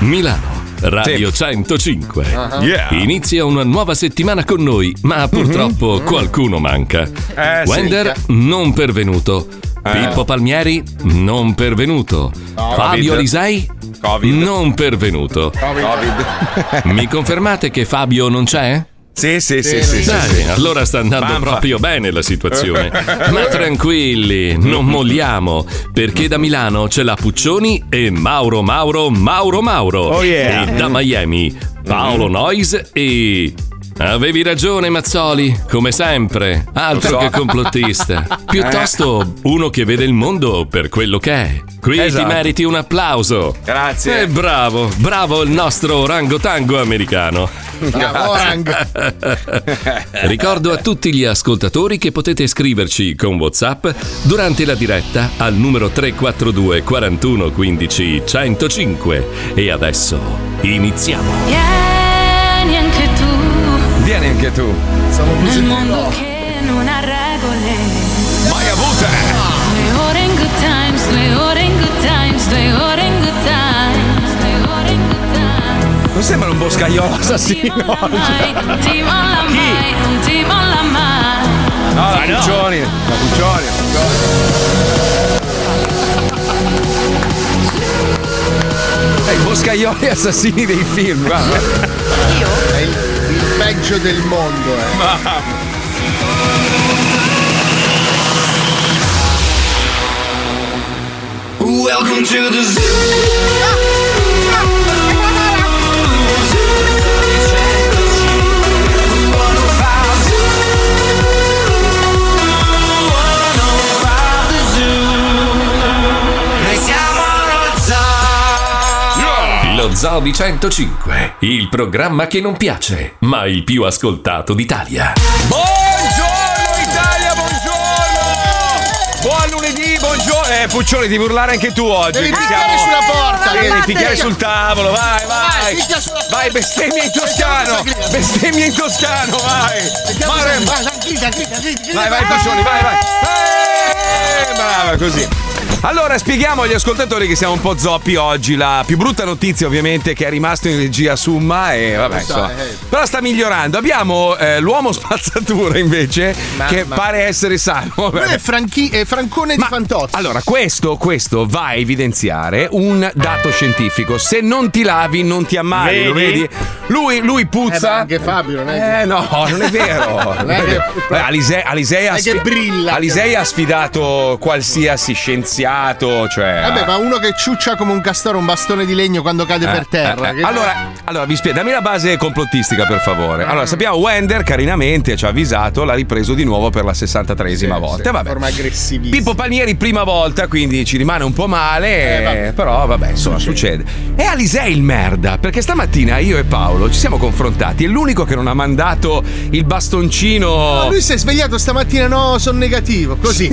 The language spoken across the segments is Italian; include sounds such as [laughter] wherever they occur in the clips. Milano, Radio 105. Uh-huh. Yeah. Mhm. Inizia una nuova settimana con noi, ma purtroppo qualcuno manca. Mm-hmm. Eh, sì. Eh. Wender non pervenuto. Pippo Palmieri non pervenuto. No. Fabio Covid. Lisei non pervenuto. Mi confermate che Fabio non c'è? Sì, sì, sì, sì, sì, Dai, sì. allora sta andando Fanfa. proprio bene la situazione. Ma tranquilli, non molliamo, perché da Milano c'è la Puccioni e Mauro Mauro Mauro Mauro. Oh, yeah. E da Miami Paolo Noyes e Avevi ragione Mazzoli, come sempre, altro Lo so. che [laughs] complottista. Piuttosto uno che vede il mondo per quello che è. Qui Esatto. ti meriti un applauso. Grazie. E bravo, bravo il nostro orangotango americano. Bravo, orango. [laughs] Ricordo a tutti gli ascoltatori che potete scriverci con WhatsApp durante la diretta al numero 342 41 15 105. E adesso iniziamo. Vieni anche tu Vieni anche tu. nel mondo che non ha regole. Mai avute! Ah. Due ore in good times, due ore in good times, due ore in good times, due ore in good Non sembra un boscaiolo [laughs] assassino times. Eh, Non ti molla mai, non ti molla mai. No, Ah, la Puccioni, la Puccioni. Eh, I boscaioli assassini dei film, guarda. È il, il peggio del mondo, eh. Welcome to the zoo. Lo Zoo di 105, il programma che non piace, ma il più ascoltato d'Italia. Buon lunedì, buongiorno. Eh, Puccioni, devi urlare anche tu oggi. Devi qui picchiare siamo- sulla porta. Devi Urlate. picchiare sul tavolo, vai, Vai, vai. picchia sulla porta. Vai, bestemmia in toscano. Sentiamo cosa grida. Bestemmia in toscano, vai. Mare- Vai, vai, Puccioni, vai, vai. Eh, brava, così. Allora, spieghiamo agli ascoltatori che siamo un po' zoppi oggi. La più brutta notizia, ovviamente, che è rimasto in regia Summa e vabbè, Lo so, insomma. eh. Però sta migliorando. Abbiamo eh, l'uomo spazzatura, invece, Mamma. che pare essere sano. Quello è, Franchi- è Francone di Fantozzi. Allora, questo, questo va a evidenziare un dato scientifico. Se non ti lavi, non ti ammali, lo Vedi? Eh, vedi? Lui, lui puzza. anche Fabio, non è che... Eh no, non è vero. Non è che- Beh, Alisei, Alisei ha Non è che sfi- brilla. Alisei ha sfidato qualsiasi scienziato, cioè. Vabbè, Eh ma uno che ciuccia come un castoro un bastone di legno quando cade Eh, per terra. eh, eh. che- Allora, allora, vi spiego, dammi la base complottistica per favore. Mm. Allora, sappiamo Wender carinamente ci ha avvisato, l'ha ripreso di nuovo per la 63esima volta. Sì, Vabbè. Forma aggressivissima. Pippo Palmieri prima volta, quindi ci rimane un po' Eh, male, però vabbè, insomma, succede. E Alisei il merda, perché stamattina io e Paolo ci siamo confrontati, è l'unico che non ha mandato il bastoncino No, lui si è svegliato stamattina, no, sono negativo, [laughs] così.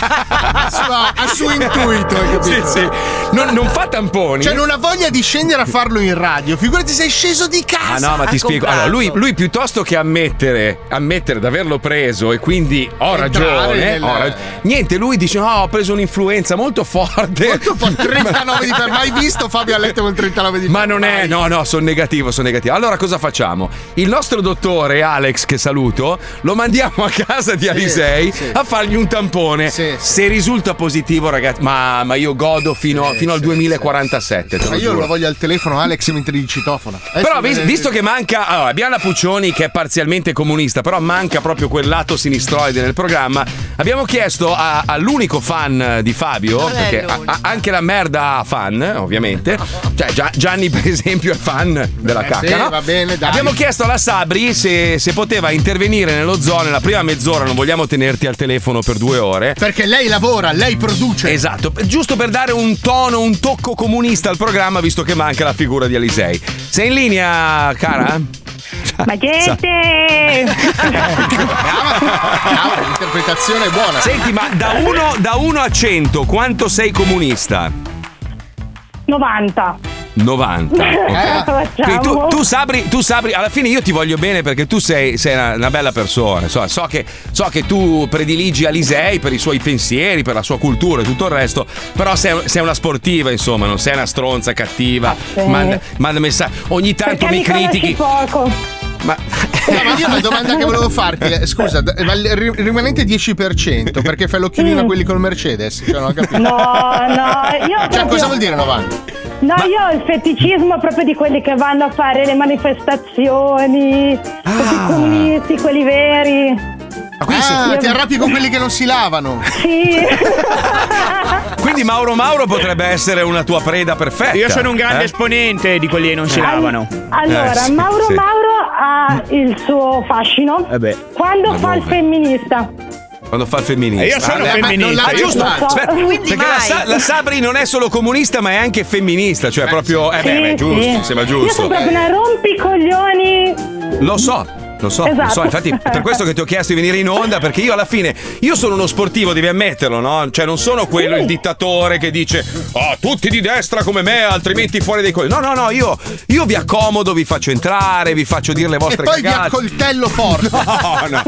a, sua- a suo intuito, hai capito? Sì, sì. Non, non fa tamponi. Cioè, non ha voglia di scendere a farlo in radio. Figurati, sei sceso di Ah casa. no, ma a ti spiego. comprarlo. Allora, lui, lui piuttosto che ammettere, ammettere di averlo preso e quindi ho Entrare ragione, nel- ho rag- niente, lui dice no, ho preso un'influenza molto forte. Molto [laughs] po' 39 di Fabio. Mai visto Fabio a letto con 39 di Ma non è, no, no, sono negativo, sono negativo. Allora cosa facciamo? Il nostro dottore Alex, che saluto, lo mandiamo a casa di Alisei sì. a fargli un tampone. Se risulta positivo, ragazzi, ma, ma io godo fino, fino al 2047. te lo Ma io giuro. lo voglio al telefono, Alex, mentre gli citofona. Eh, Però sì, vis- eh, visto che manca, allora, abbiamo la Puccioni che è parzialmente comunista, però manca proprio quel lato sinistroide nel programma. Abbiamo chiesto a- all'unico fan di Fabio, Non è perché a- a- anche la merda ha fan, ovviamente. Cioè, Gia- Gianni, per esempio, è fan della eh, cacca. sì, no? va bene, dai. Abbiamo chiesto alla Sabri se, se poteva intervenire nello zoo nella prima mezz'ora, non vogliamo tenerti al telefono per due ore. Perché lei lavora, lei produce. Esatto, giusto per dare un tono, un tocco comunista al programma, visto che manca la figura di Alisei. Sei in linea, cara? Ma [laughs] gente! Brava, l'interpretazione è buona. Senti, ma da 1 a 100 quanto sei comunista? 90. [laughs] [laughs] 90. Eh, ok. Eh, Quindi Facciamo. tu, tu, Sabri, tu, Sabri, alla fine io ti voglio bene perché tu sei, sei una, una bella persona. So, so che, so che tu prediligi Alisei per i suoi pensieri, per la sua cultura e tutto il resto. Però sei, sei una sportiva, insomma, non sei una stronza cattiva. Grazie. Manda, manda messaggi. Ogni tanto Ah, Perché mi mi conosci critichi. poco. Ma... No, ma io la domanda che volevo farti, eh, scusa, d- ma il ri- rimanente 10% perché fai l'occhiolino a quelli col Mercedes? Cioè, non ho capito. No, no, io Cioè, proprio- cosa vuol dire 90? No, io ho il feticismo proprio di quelli che vanno a fare le manifestazioni, Ah. tutti i comunisti, quelli veri. Ma quindi se- Ah. ti arrabbi con quelli che non si lavano. [laughs] Sì. Eh, Quindi Mauro Mauro potrebbe essere una tua preda perfetta. Io sono un grande eh? esponente di quelli che non si lavano. Allora, Eh, sì, Mauro sì. Mauro ha il suo fascino. Eh beh. Quando Ma fa il dove? femminista. Quando fa il femminista. Eh, io sono Vabbè, femminista, ma non la- io giusto. sono- Aspetta, Quindi perché la, mai. Sa- la Sabri non è solo comunista, ma è anche femminista. Cioè, proprio. Eh, beh, Sì, ma è giusto. sì. Sembra Io sono giusto. Eh. proprio una rompicoglioni. Lo so. Lo so, lo so, Esatto. infatti è per questo che ti ho chiesto di venire in onda, perché io alla fine, io sono uno sportivo, devi ammetterlo, no? Cioè non sono quello il dittatore che dice, oh, tutti di destra come me, altrimenti fuori dei coglioni. No, no, no, io, io vi accomodo, vi faccio entrare, vi faccio dire le E vostre poi vi cagate. accoltello forte. No, Ah, no.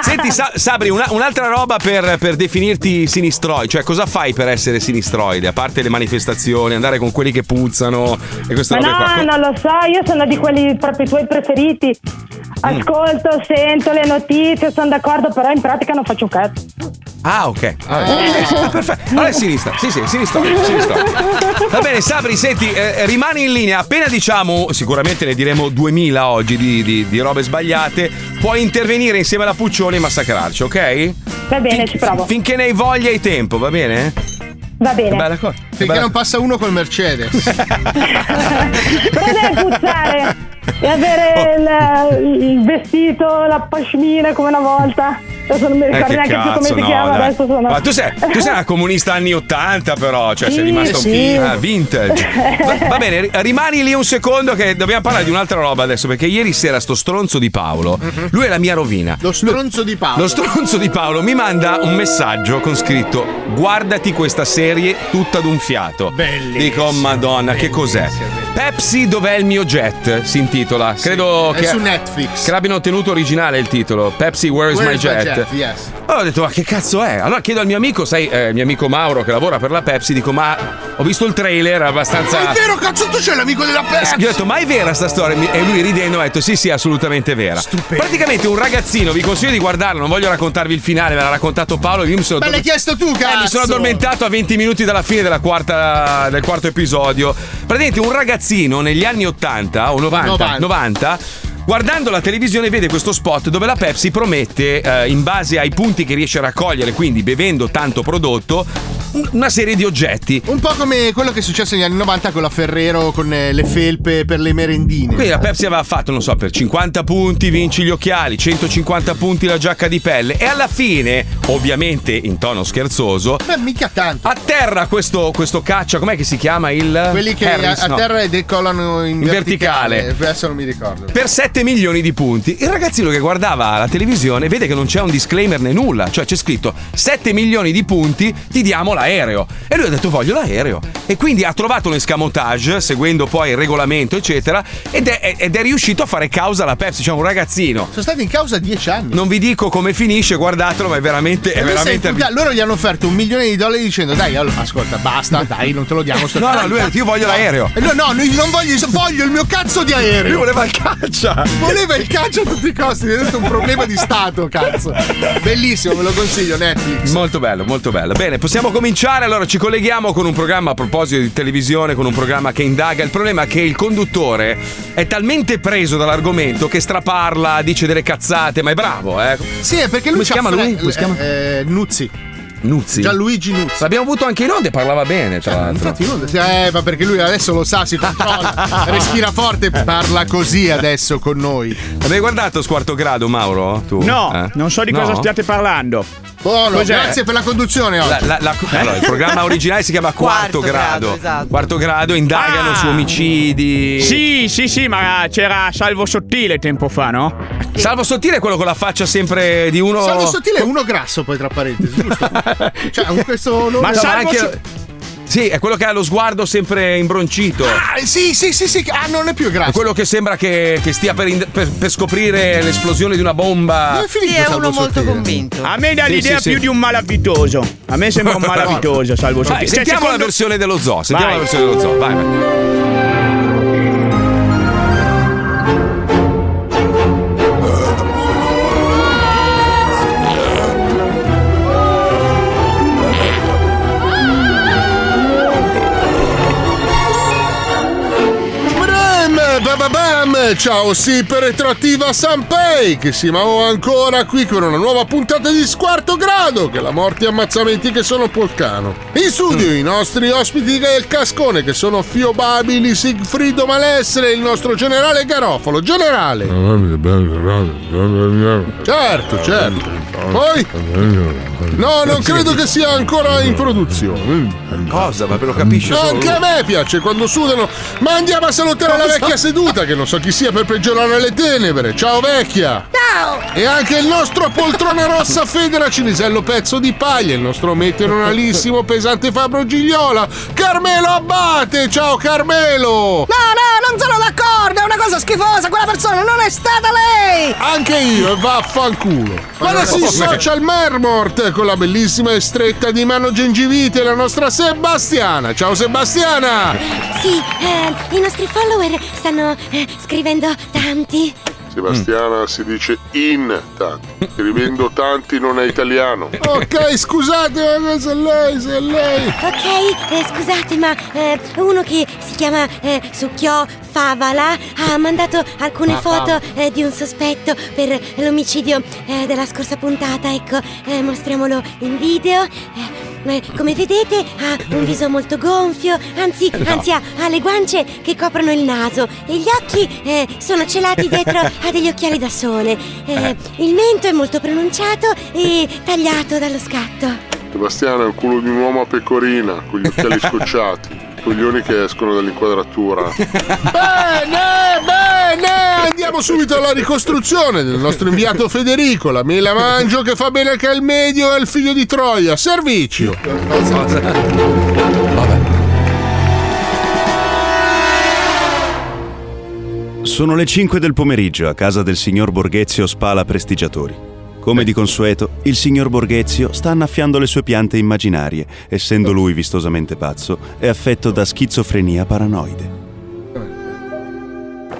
Senti, Sa- Sabri, una- un'altra roba per, per definirti sinistroide. Cioè, cosa fai per essere sinistroide? A parte le manifestazioni, andare con quelli che puzzano e queste Ma robe qua. no, non lo so, io sono di quelli proprio i tuoi preferiti. Mm. Ascolto, sento le notizie, sono d'accordo, però in pratica non faccio un cazzo. Ah, ok. Eh. Vabbè. Ah, perfetto. Allora è sinistra. Sì, sì, sinistroide. sinistroide. Va bene, Sabri, senti, eh, rimani in linea. Appena diciamo, sicuramente ne diremo 2000 oggi di, di- di robe sbagliate, puoi intervenire insieme alla Puccioni e massacrarci, ok? Va bene, ci provo. Finché ne hai voglia e tempo, va bene? Va Che bene. bella cosa. Che Finché bella non passa uno col [laughs] Mercedes. Però deve puzzare e Oh. avere il, eh, il vestito, la pashmina come una volta. Adesso non mi Eh, ricordo che neanche più come cazzo, si no, chiama, dai. adesso sono. Ma tu sei, tu sei [laughs] una comunista anni 80 però, cioè Sì, sei rimasto un sì. ah, vintage. Va, va bene, ri- rimani lì un secondo che dobbiamo parlare di un'altra roba adesso perché ieri sera sto stronzo di Paolo, lui è la mia rovina. Lo stronzo di Mhm. Paolo. Lo stronzo di Paolo mi manda un messaggio con scritto guardati questa serie tutta d'un fiato. Bellissimo. Dico, "Oh, madonna, che cos'è? Pepsi dov'è il mio jet? Si intitola. Credo è che, su Netflix. che l'abbiano tenuto originale il titolo. Pepsi Where is Where my is my jet? jet, yes. Allora ho detto, ma che cazzo è? Allora chiedo al mio amico, sai, eh, il mio amico Mauro che lavora per la Pepsi, dico, ma ho visto il trailer abbastanza... Eh, Ma è vero, cazzo, tu c'è l'amico della Sì, pezza. Gli ho detto, ma è vera sta storia? Mi- E lui ridendo mi ha detto, sì, sì, assolutamente vera. Stupendo. Praticamente un ragazzino, vi consiglio di guardarlo, non voglio raccontarvi il finale, me l'ha raccontato Paolo, io mi sono, Ma l'hai chiesto tu, eh, cazzo. mi sono addormentato a 20 minuti dalla fine della quarta- del quarto episodio. Praticamente un ragazzino negli anni 80 o 90, 90. 90, Guardando la televisione vede questo spot dove la Pepsi promette, eh, in base ai punti che riesce a raccogliere, quindi bevendo tanto prodotto, un- una serie di oggetti. Un po' come quello che è successo negli anni 90 con la Ferrero con eh, le felpe per le merendine. Quindi la Pepsi aveva fatto, non so, per 50 punti vinci gli occhiali, 150 punti la giacca di pelle e alla fine, ovviamente in tono scherzoso, Beh, mica tanto. a terra questo, questo caccia, com'è che si chiama il... Quelli che Eh, Harris, a, a no. terra e decollano in, Eh, In verticale. Adesso non mi ricordo. Per 7 milioni di punti. Il ragazzino che guardava la televisione vede che non c'è un disclaimer né nulla, cioè c'è scritto 7 milioni di punti, ti diamo l'aereo. E lui ha detto voglio l'aereo. E quindi ha trovato un escamotage, seguendo poi il regolamento, eccetera, ed è, ed è riuscito a fare causa alla Pepsi, cioè un ragazzino. Sono stati in causa dieci anni. Non vi dico come finisce, guardatelo, ma è veramente. È E lui si veramente... infuriato. Loro gli hanno offerto un milione di dollari dicendo dai, allora, ascolta, basta, dai, non te lo diamo. sto- No, no, lui ha detto, io voglio l'aereo. E lui, no, no, io non voglio, voglio il mio cazzo di Lui aereo. voleva il caccia. Voleva il calcio a tutti i costi, è detto un problema di stato, cazzo. Bellissimo, ve lo consiglio, Netflix. Molto bello, molto bello. Bene, possiamo cominciare. Allora, ci colleghiamo con un programma a proposito di televisione, con un programma che indaga. Il problema è che il conduttore è talmente preso dall'argomento che straparla, dice delle cazzate, ma è bravo, eh. Sì, è perché Come lui si c'ha chiama fre- lui? Come si eh, chiama? eh, Nuzzi. Nuzzi. Gianluigi Nuzzi. L'abbiamo avuto anche in onda e parlava bene, tra l'altro. Infatti, non- eh, ma perché lui adesso lo sa, [laughs] si controlla, [laughs] respira forte, parla così adesso con noi. Avevi guardato Squarto Grado, Mauro? Tu? No, Eh? non so di cosa No? stiate parlando. Buono, Cos'è? grazie per la conduzione oggi. La- la- la- [laughs] allora, il programma originale si chiama Quarto, Quarto Grado. grado, esatto. Quarto Grado indagano Ah! su omicidi. Sì, sì, sì, ma c'era Salvo Sottile tempo fa, no? Salvo Sottile è quello con la faccia sempre di uno. [laughs] Salvo Sottile è uno grasso, poi tra parentesi, giusto? cioè, con questo nome. Ma No, ma Salvo anche- So- Sì, Sì, è quello che ha lo sguardo sempre imbroncito. Ah, sì, sì, sì, sì. Ah, non è più È grasso. quello che sembra che, che stia per, ind- per- per scoprire l'esplosione di una bomba. A me dà Sì, l'idea sì, sì. più di un malavitoso. A me [laughs] sembra un malavitoso, salvo Vai, sottile. sentiamo la versione dello zoo. Sentiamo Vai. la versione dello zoo. Vai, vai. Bram, ba bam, ciao sì per retroattiva Sanpei, che siamo ancora qui con una nuova puntata di Squarto Grado, che la morte e ammazzamenti che sono Polcano. In studio i nostri ospiti del cascone, che sono Fiobabili, Sigfrido Malessere e il nostro generale Garofalo. Generale! Certo, certo. Poi? No, non credo che sia ancora in produzione. Cosa? Ma ve lo capisce solo Anche lui. a me piace quando sudano. Ma andiamo a salutare la Cosa? vecchia seduta, che non so chi sia per peggiorare le tenebre. Ciao vecchia! [laughs] Ciao! E anche il nostro poltrona rossa Federa Cinisello Pezzo di Paglia, il nostro meteoronalissimo pesante Fabro Gigliola, Carmelo Abbate! Ciao Carmelo! No, no, non sono d'accordo, è una cosa schifosa, quella persona non è stata lei! Anche io, e vaffanculo. Ma la si socia al Mermort con la bellissima e stretta di mano gengivite, la nostra Sebastiana. Ciao Sebastiana! Sì, eh, i nostri follower stanno eh, scrivendo tanti. Sebastiana si dice in tanti. Scrivendo tanti non è italiano. Ok, scusate, ma se lei, se lei. Ok, eh, scusate, ma eh, uno che si chiama eh, Succhio Favala ha mandato alcune Ah, foto Favala. eh, di un sospetto per l'omicidio eh, della scorsa puntata. Ecco, eh, mostriamolo in video. Eh, eh, come vedete ha un viso molto gonfio, anzi, No. anzi ha, ha le guance che coprono il naso e gli occhi eh, sono celati dietro a degli occhiali da sole. Eh, il mento è molto pronunciato e tagliato dallo scatto. Sebastiana è il culo di un uomo a pecorina, con gli occhiali scocciati, coglioni che escono dall'inquadratura. Bene, bene! Andiamo subito alla ricostruzione del nostro inviato Federico, la mela mangio che fa bene che al medio e il figlio di Troia. Servizio! Sono le 5 del pomeriggio a casa del signor Borghezio Spala Prestigiatori. Come di consueto, il signor Borghezio sta annaffiando le sue piante immaginarie, essendo lui vistosamente pazzo e affetto da schizofrenia paranoide.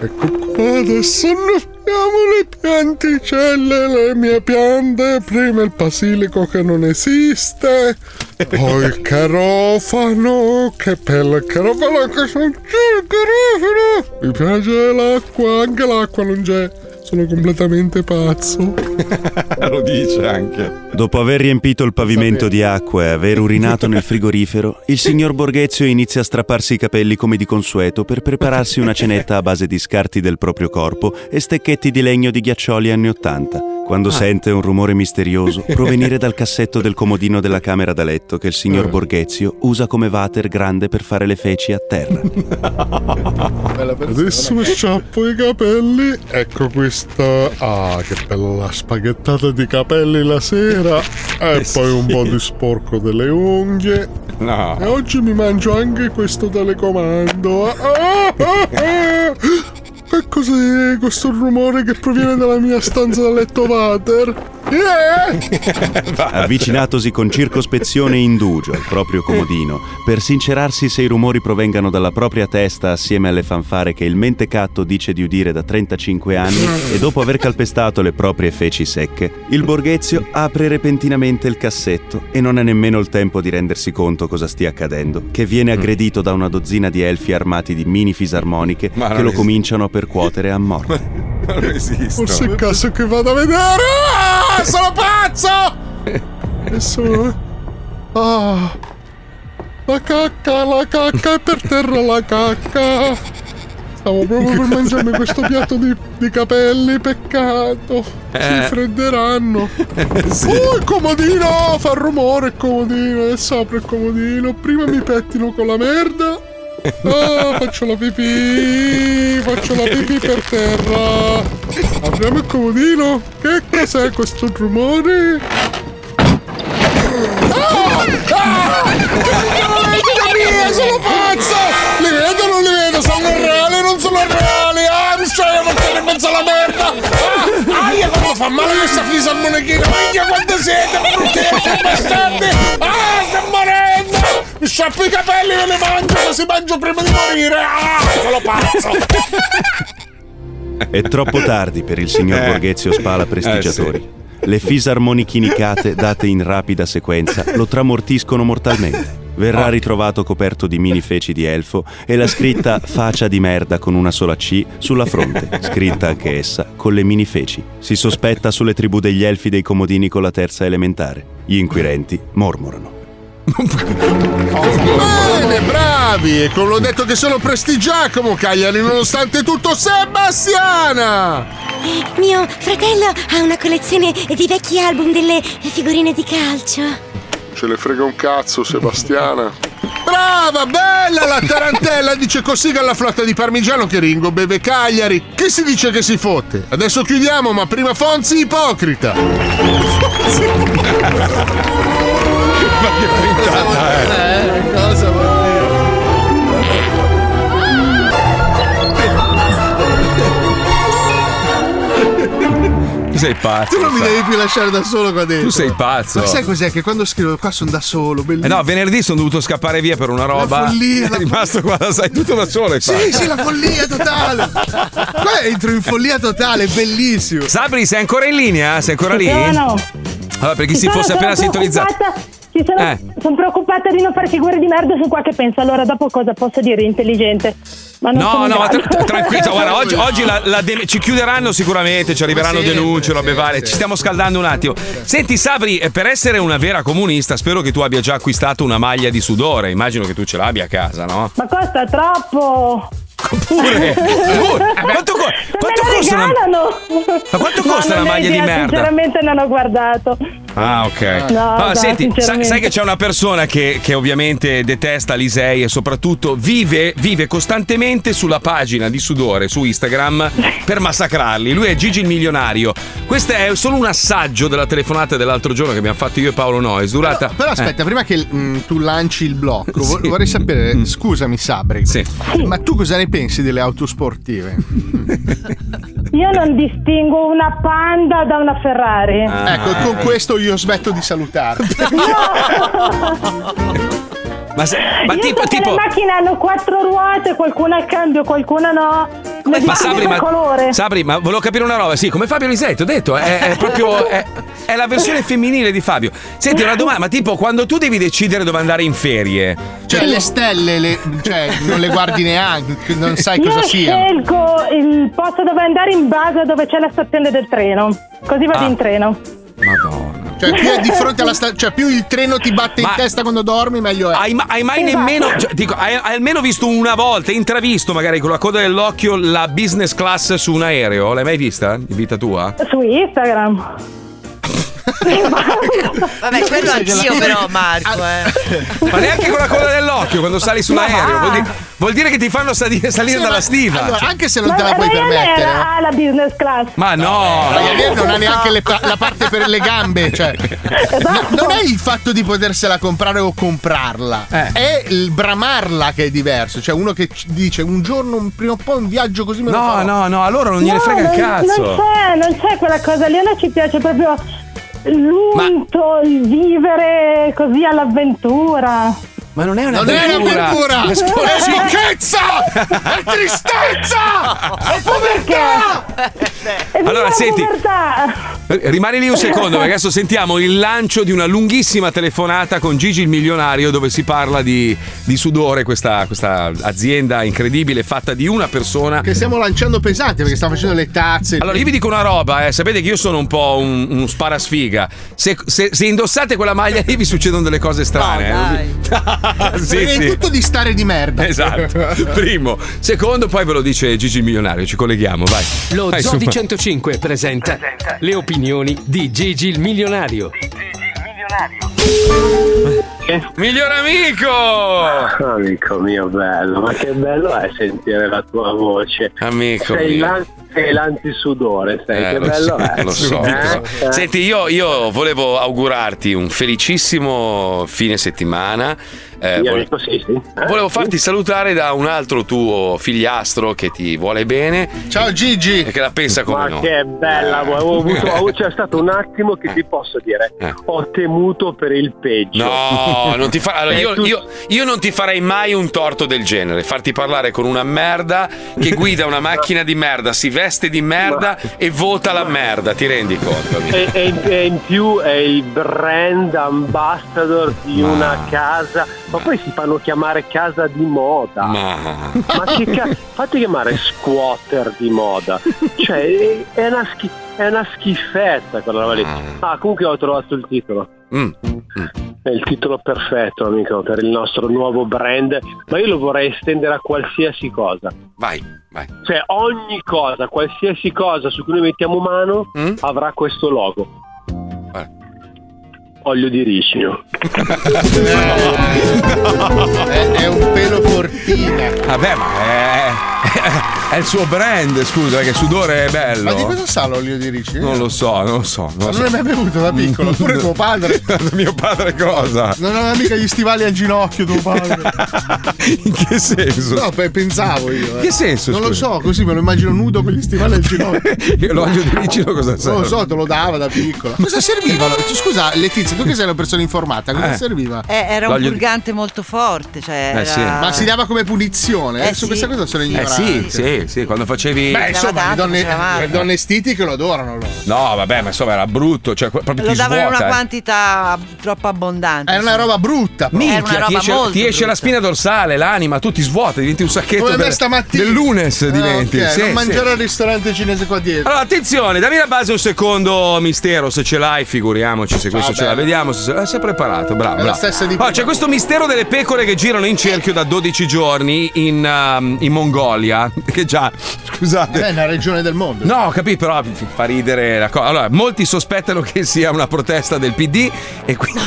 Ecco Adesso annaffiamo le pianticelle, le mie piante, prima il basilico che non esiste, poi il carofano, che bello il carofano, anche se non c'è il carofano, mi piace l'acqua, anche l'acqua non c'è, sono completamente pazzo. Lo dice anche. Dopo aver riempito il pavimento di acqua e aver urinato nel frigorifero, il signor Borghezio inizia a strapparsi i capelli come di consueto per prepararsi una cenetta a base di scarti del proprio corpo e stecchetti di legno di ghiaccioli anni Ottanta, quando Ah. sente un rumore misterioso provenire dal cassetto del comodino della camera da letto che il signor Borghezio usa come water grande per fare le feci a terra. Adesso mi sciappo i capelli. Ecco questa. Ah, che bella la spaghettata di capelli la sera. E Eh, poi un sì. po' di sporco delle unghie. No. E oggi mi mangio anche questo telecomando. [laughs] Ah, ah, ah. E cos'è questo rumore che proviene dalla mia stanza da letto water? Eh? Yeah! Avvicinatosi con circospezione e indugio al proprio comodino per sincerarsi se i rumori provengano dalla propria testa assieme alle fanfare che il mentecatto dice di udire da 35 anni e dopo aver calpestato le proprie feci secche, il borghezio apre repentinamente il cassetto e non ha nemmeno il tempo di rendersi conto cosa stia accadendo, che viene aggredito da una dozzina di elfi armati di mini fisarmoniche Ma non che lo esiste. cominciano a percuotere e a mordere. Non esisto. Forse è caso che vado a vedere. Ah, sono pazzo! E sono. Ah. La cacca, la cacca, è per terra la cacca. Stavo proprio per mangiarmi questo piatto di, di capelli, peccato. Si Eh. fredderanno. [laughs] Sì. Oh, il comodino! Fa rumore il comodino. Adesso apro il comodino. Prima mi pettino con la merda. Ah, faccio la pipì. Faccio la pipì per terra. Apriamo il comodino. Che cos'è questo rumore? oh. Ah! Ah! Non avete capito! Ah, No, fa male questa fisa al monachino. Minchia, quanto siete brutti, bastardi. Ah, sto morendo. Mi sciappo i capelli, me li mangio, così mangio prima di morire. Ah, sono pazzo. È troppo tardi per il signor [laughs] Eh. Borghezio Spala prestigiatori. Le fisarmonichinicate date in rapida sequenza lo tramortiscono mortalmente. Verrà ritrovato coperto di mini feci di elfo e la scritta faccia di merda con una sola C sulla fronte, scritta anche essa con le mini feci. Si sospetta sulle tribù degli elfi dei comodini con la terza elementare. Gli inquirenti mormorano. Bene, bravi. E come l'ho detto che sono prestigiacomo, Cagliari, nonostante tutto, Sebastiana. Eh, Mio fratello ha una collezione di vecchi album delle figurine di calcio. Ce le frega un cazzo, Sebastiana. Brava, bella la tarantella, dice Cossiga alla flotta di Parmigiano che Ringo beve Cagliari. Che si dice che si fotte? Adesso chiudiamo, ma prima Fonzi ipocrita. Eh, cosa Tu sei pazzo. Tu non mi sai. devi più lasciare da solo qua dentro. Tu sei pazzo. Ma sai cos'è? Che quando scrivo qua sono da solo, Eh bellissimo. no, venerdì sono dovuto scappare via per una roba. follia, è rimasto qua, sai, tutto da solo. hai sì, fatto. sì, la follia totale. Qua entro in follia totale, bellissimo. Sabri, sei ancora in linea? Sei ancora lì? Sono. Allora, per chi si Sono- fosse sono appena sintonizzato. preoccupata- ci sono, Eh. sono preoccupata di non fare figure di merda su qua che penso. Allora, dopo cosa posso dire? Intelligente. Ma non sono No, in no, ma grado. tra- tra- tranquillo, guarda, oggi, oggi la- la de- ci chiuderanno sicuramente, ci arriveranno sempre, denunce, robe varie, ci stiamo scaldando un attimo. Senti Sabri, eh, per essere una vera comunista spero che tu abbia già acquistato una maglia di sudore, immagino che tu ce l'abbia a casa, no? Ma costa troppo. [laughs] Pure. Pure. eh, Quanto, co- quanto Me la costa una- regalano. Ma quanto No, costa una non ne ho maglia di idea, merda? Sinceramente non ho guardato. Ah, ok. No, Ah, senti, no, sa- sai, sinceramente. che c'è una persona che, che ovviamente detesta l'Isei e soprattutto vive, vive costantemente sulla pagina di Sudore su Instagram per massacrarli. Lui è Gigi il milionario. Questo è solo un assaggio della telefonata dell'altro giorno che abbiamo fatto io e Paolo Noyes. Durata. eh. Però aspetta, prima che mm, tu lanci il blocco, vo- vorrei sapere, Mm. scusami Sabri, ma tu cosa ne pensi delle auto sportive? Io non distingo una panda da una Ferrari. Ah. ecco, con questo io smetto di [laughs] salutarti. Ma, se- ma Io tipo, so che tipo. le macchine hanno quattro ruote, qualcuna al cambio, qualcuna no. Come Ma si chiama Sabri, il ma, colore? Sabri, ma volevo capire una roba, sì, come Fabio Lisei, ti ho detto, è, è proprio è, è la versione femminile di Fabio. Senti, una domanda, ma tipo quando tu devi decidere dove andare in ferie, Cioè, le stelle, le- cioè, non le guardi neanche, non sai Io cosa siano. scelgo il posto dove andare in base a dove c'è la stazione del treno. Così vado Ah. in treno. Madonna. Cioè, più è di fronte alla sta- cioè, più il treno ti batte in Ma- testa quando dormi, meglio è. Hai, ma- hai mai Esatto. nemmeno, cioè, dico, hai, hai almeno visto una volta, intravisto magari con la coda dell'occhio la business class su un aereo? L'hai mai vista in vita tua? Su Instagram. Vabbè, quello anch'io però, Marco. Ah, Eh. Ma neanche con la coda dell'occhio quando sali su un aereo. Vuol, dire- vuol dire che ti fanno salire, salire Sì, dalla ma- stiva. allora, Cioè- anche se non te la puoi Ryanair permettere. no? ha ah, la business class. Ma no! Ryanair non ha neanche le pa- la parte per le gambe, cioè. Eh, No, esatto. non è il fatto di potersela comprare o comprarla, Eh. è il bramarla che è diverso. Cioè, uno che ci dice un giorno, un- prima o poi un viaggio così me lo No, farò. no, no, allora non gliene No, frega non, il cazzo. Non c'è, non c'è quella cosa lì, a noi ci piace proprio l'unto, il vivere così all'avventura. Ma non è Non è un'avventura! È [laughs] pochezza! È tristezza! È povertà! Allora, senti, eh, rimani lì un secondo, perché adesso sentiamo il lancio di una lunghissima telefonata con Gigi il milionario, dove si parla di, di sudore, questa, questa azienda incredibile fatta di una persona. Che stiamo lanciando pesante perché sta facendo le tazze. Allora, io vi dico una roba, eh, sapete che io sono un po' un, uno sparasfiga. Se, se- se indossate quella maglia lì vi succedono delle cose strane. [laughs] eh. Sì, Prima di [laughs] sì. tutto di stare di merda. [laughs] Esatto, primo. Secondo, poi ve lo dice Gigi il milionario, ci colleghiamo, vai. Lo Vai, Zodi su. 105 presenta, le opinioni di Gigi il milionario. Miglior amico! Amico mio bello, ma che bello è sentire la tua voce. Amico sei mio. l'an- sei l'antisudore, sai Eh, che lo bello so, è. lo so. Eh? Senti, io, io volevo augurarti un felicissimo fine settimana. eh, Eh, Io vole- Eh? Volevo farti salutare da un altro tuo figliastro che ti vuole bene. Ciao Gigi! E che la pensa come Ma noi. che bella, Eh. guarda, ho avuto, ho- c'è stato un attimo che ti posso dire, ho temuto per il peggio. Eh. Cioè, No, [laughs] non ti fa- allora, Eh, io, tu- io- io non ti farei mai un torto del genere. Farti parlare con una merda che guida una macchina di merda, si veste di merda e vota la merda. Ti rendi Eh. conto? amico? E, e- e in più è il brand ambassador di Ma- una casa, ma poi si fanno chiamare casa di moda. Ma, che cazzo? Fatti chiamare squatter di moda. Cioè, è- è una, schi- è una schifezza quella roba lì. Ah, comunque ho trovato il titolo. Mm, È il titolo perfetto, amico, per il nostro nuovo brand, ma io lo vorrei estendere a qualsiasi cosa. Vai, vai. Cioè, ogni cosa, qualsiasi cosa su cui noi mettiamo mano Mm? avrà questo logo. Olio di ricino. È, è un pelo fortina. Vabbè, ma è, è il suo brand, scusa, che sudore è bello. Ma di cosa sa l'olio di ricino? Non lo so, non lo so. Non, lo Non so. l'hai mai bevuto da piccolo, pure [laughs] tuo padre. Mio padre cosa? Non aveva mica gli stivali al ginocchio tuo padre. In che senso? No, beh, pensavo io. eh. Che senso, Non lo scusa? so, così me lo immagino nudo con gli stivali al [laughs] ginocchio. Io l'olio di ricino cosa serve? Non lo so, te lo dava da piccola. Cosa serviva? lo- Scusa, Letizia, tu che sei una persona informata, cosa Eh. serviva? Eh, era un L'olio di- purgante molto forte, cioè. era- Ma si dava come punizione? Eh, Adesso sì. questa cosa sono Eh sì, ignorante. sì, sì, quando facevi... Beh, insomma, le donne, le donne stiti che lo adorano loro. No, vabbè, ma insomma era brutto, cioè proprio Lo ti davano in una svuota. eh. quantità troppo abbondante. Era una roba brutta. Era Minchia, una roba ti esce, molto. ti esce la spina dorsale, l'anima, tu ti svuota, diventi un sacchetto Come me del- stamattina. del lunes diventi. Ah, ok, Sì, non sì. mangiare al ristorante cinese qua dietro. Allora, attenzione, dammi la base un secondo mistero, se ce l'hai, figuriamoci se questo Ah, ce la bella. vediamo. Se, eh, sei preparato, bravo. È la bravo. stessa di Ah, c'è questo mistero delle pecore che girano in cerchio da 12 giorni in, ehm, in Mongolia. [laughs] Che già, scusate. Beh, è una regione del [laughs] mondo. No, capì, però f- fa ridere la cosa. Allora, molti sospettano che sia una protesta del PD e quindi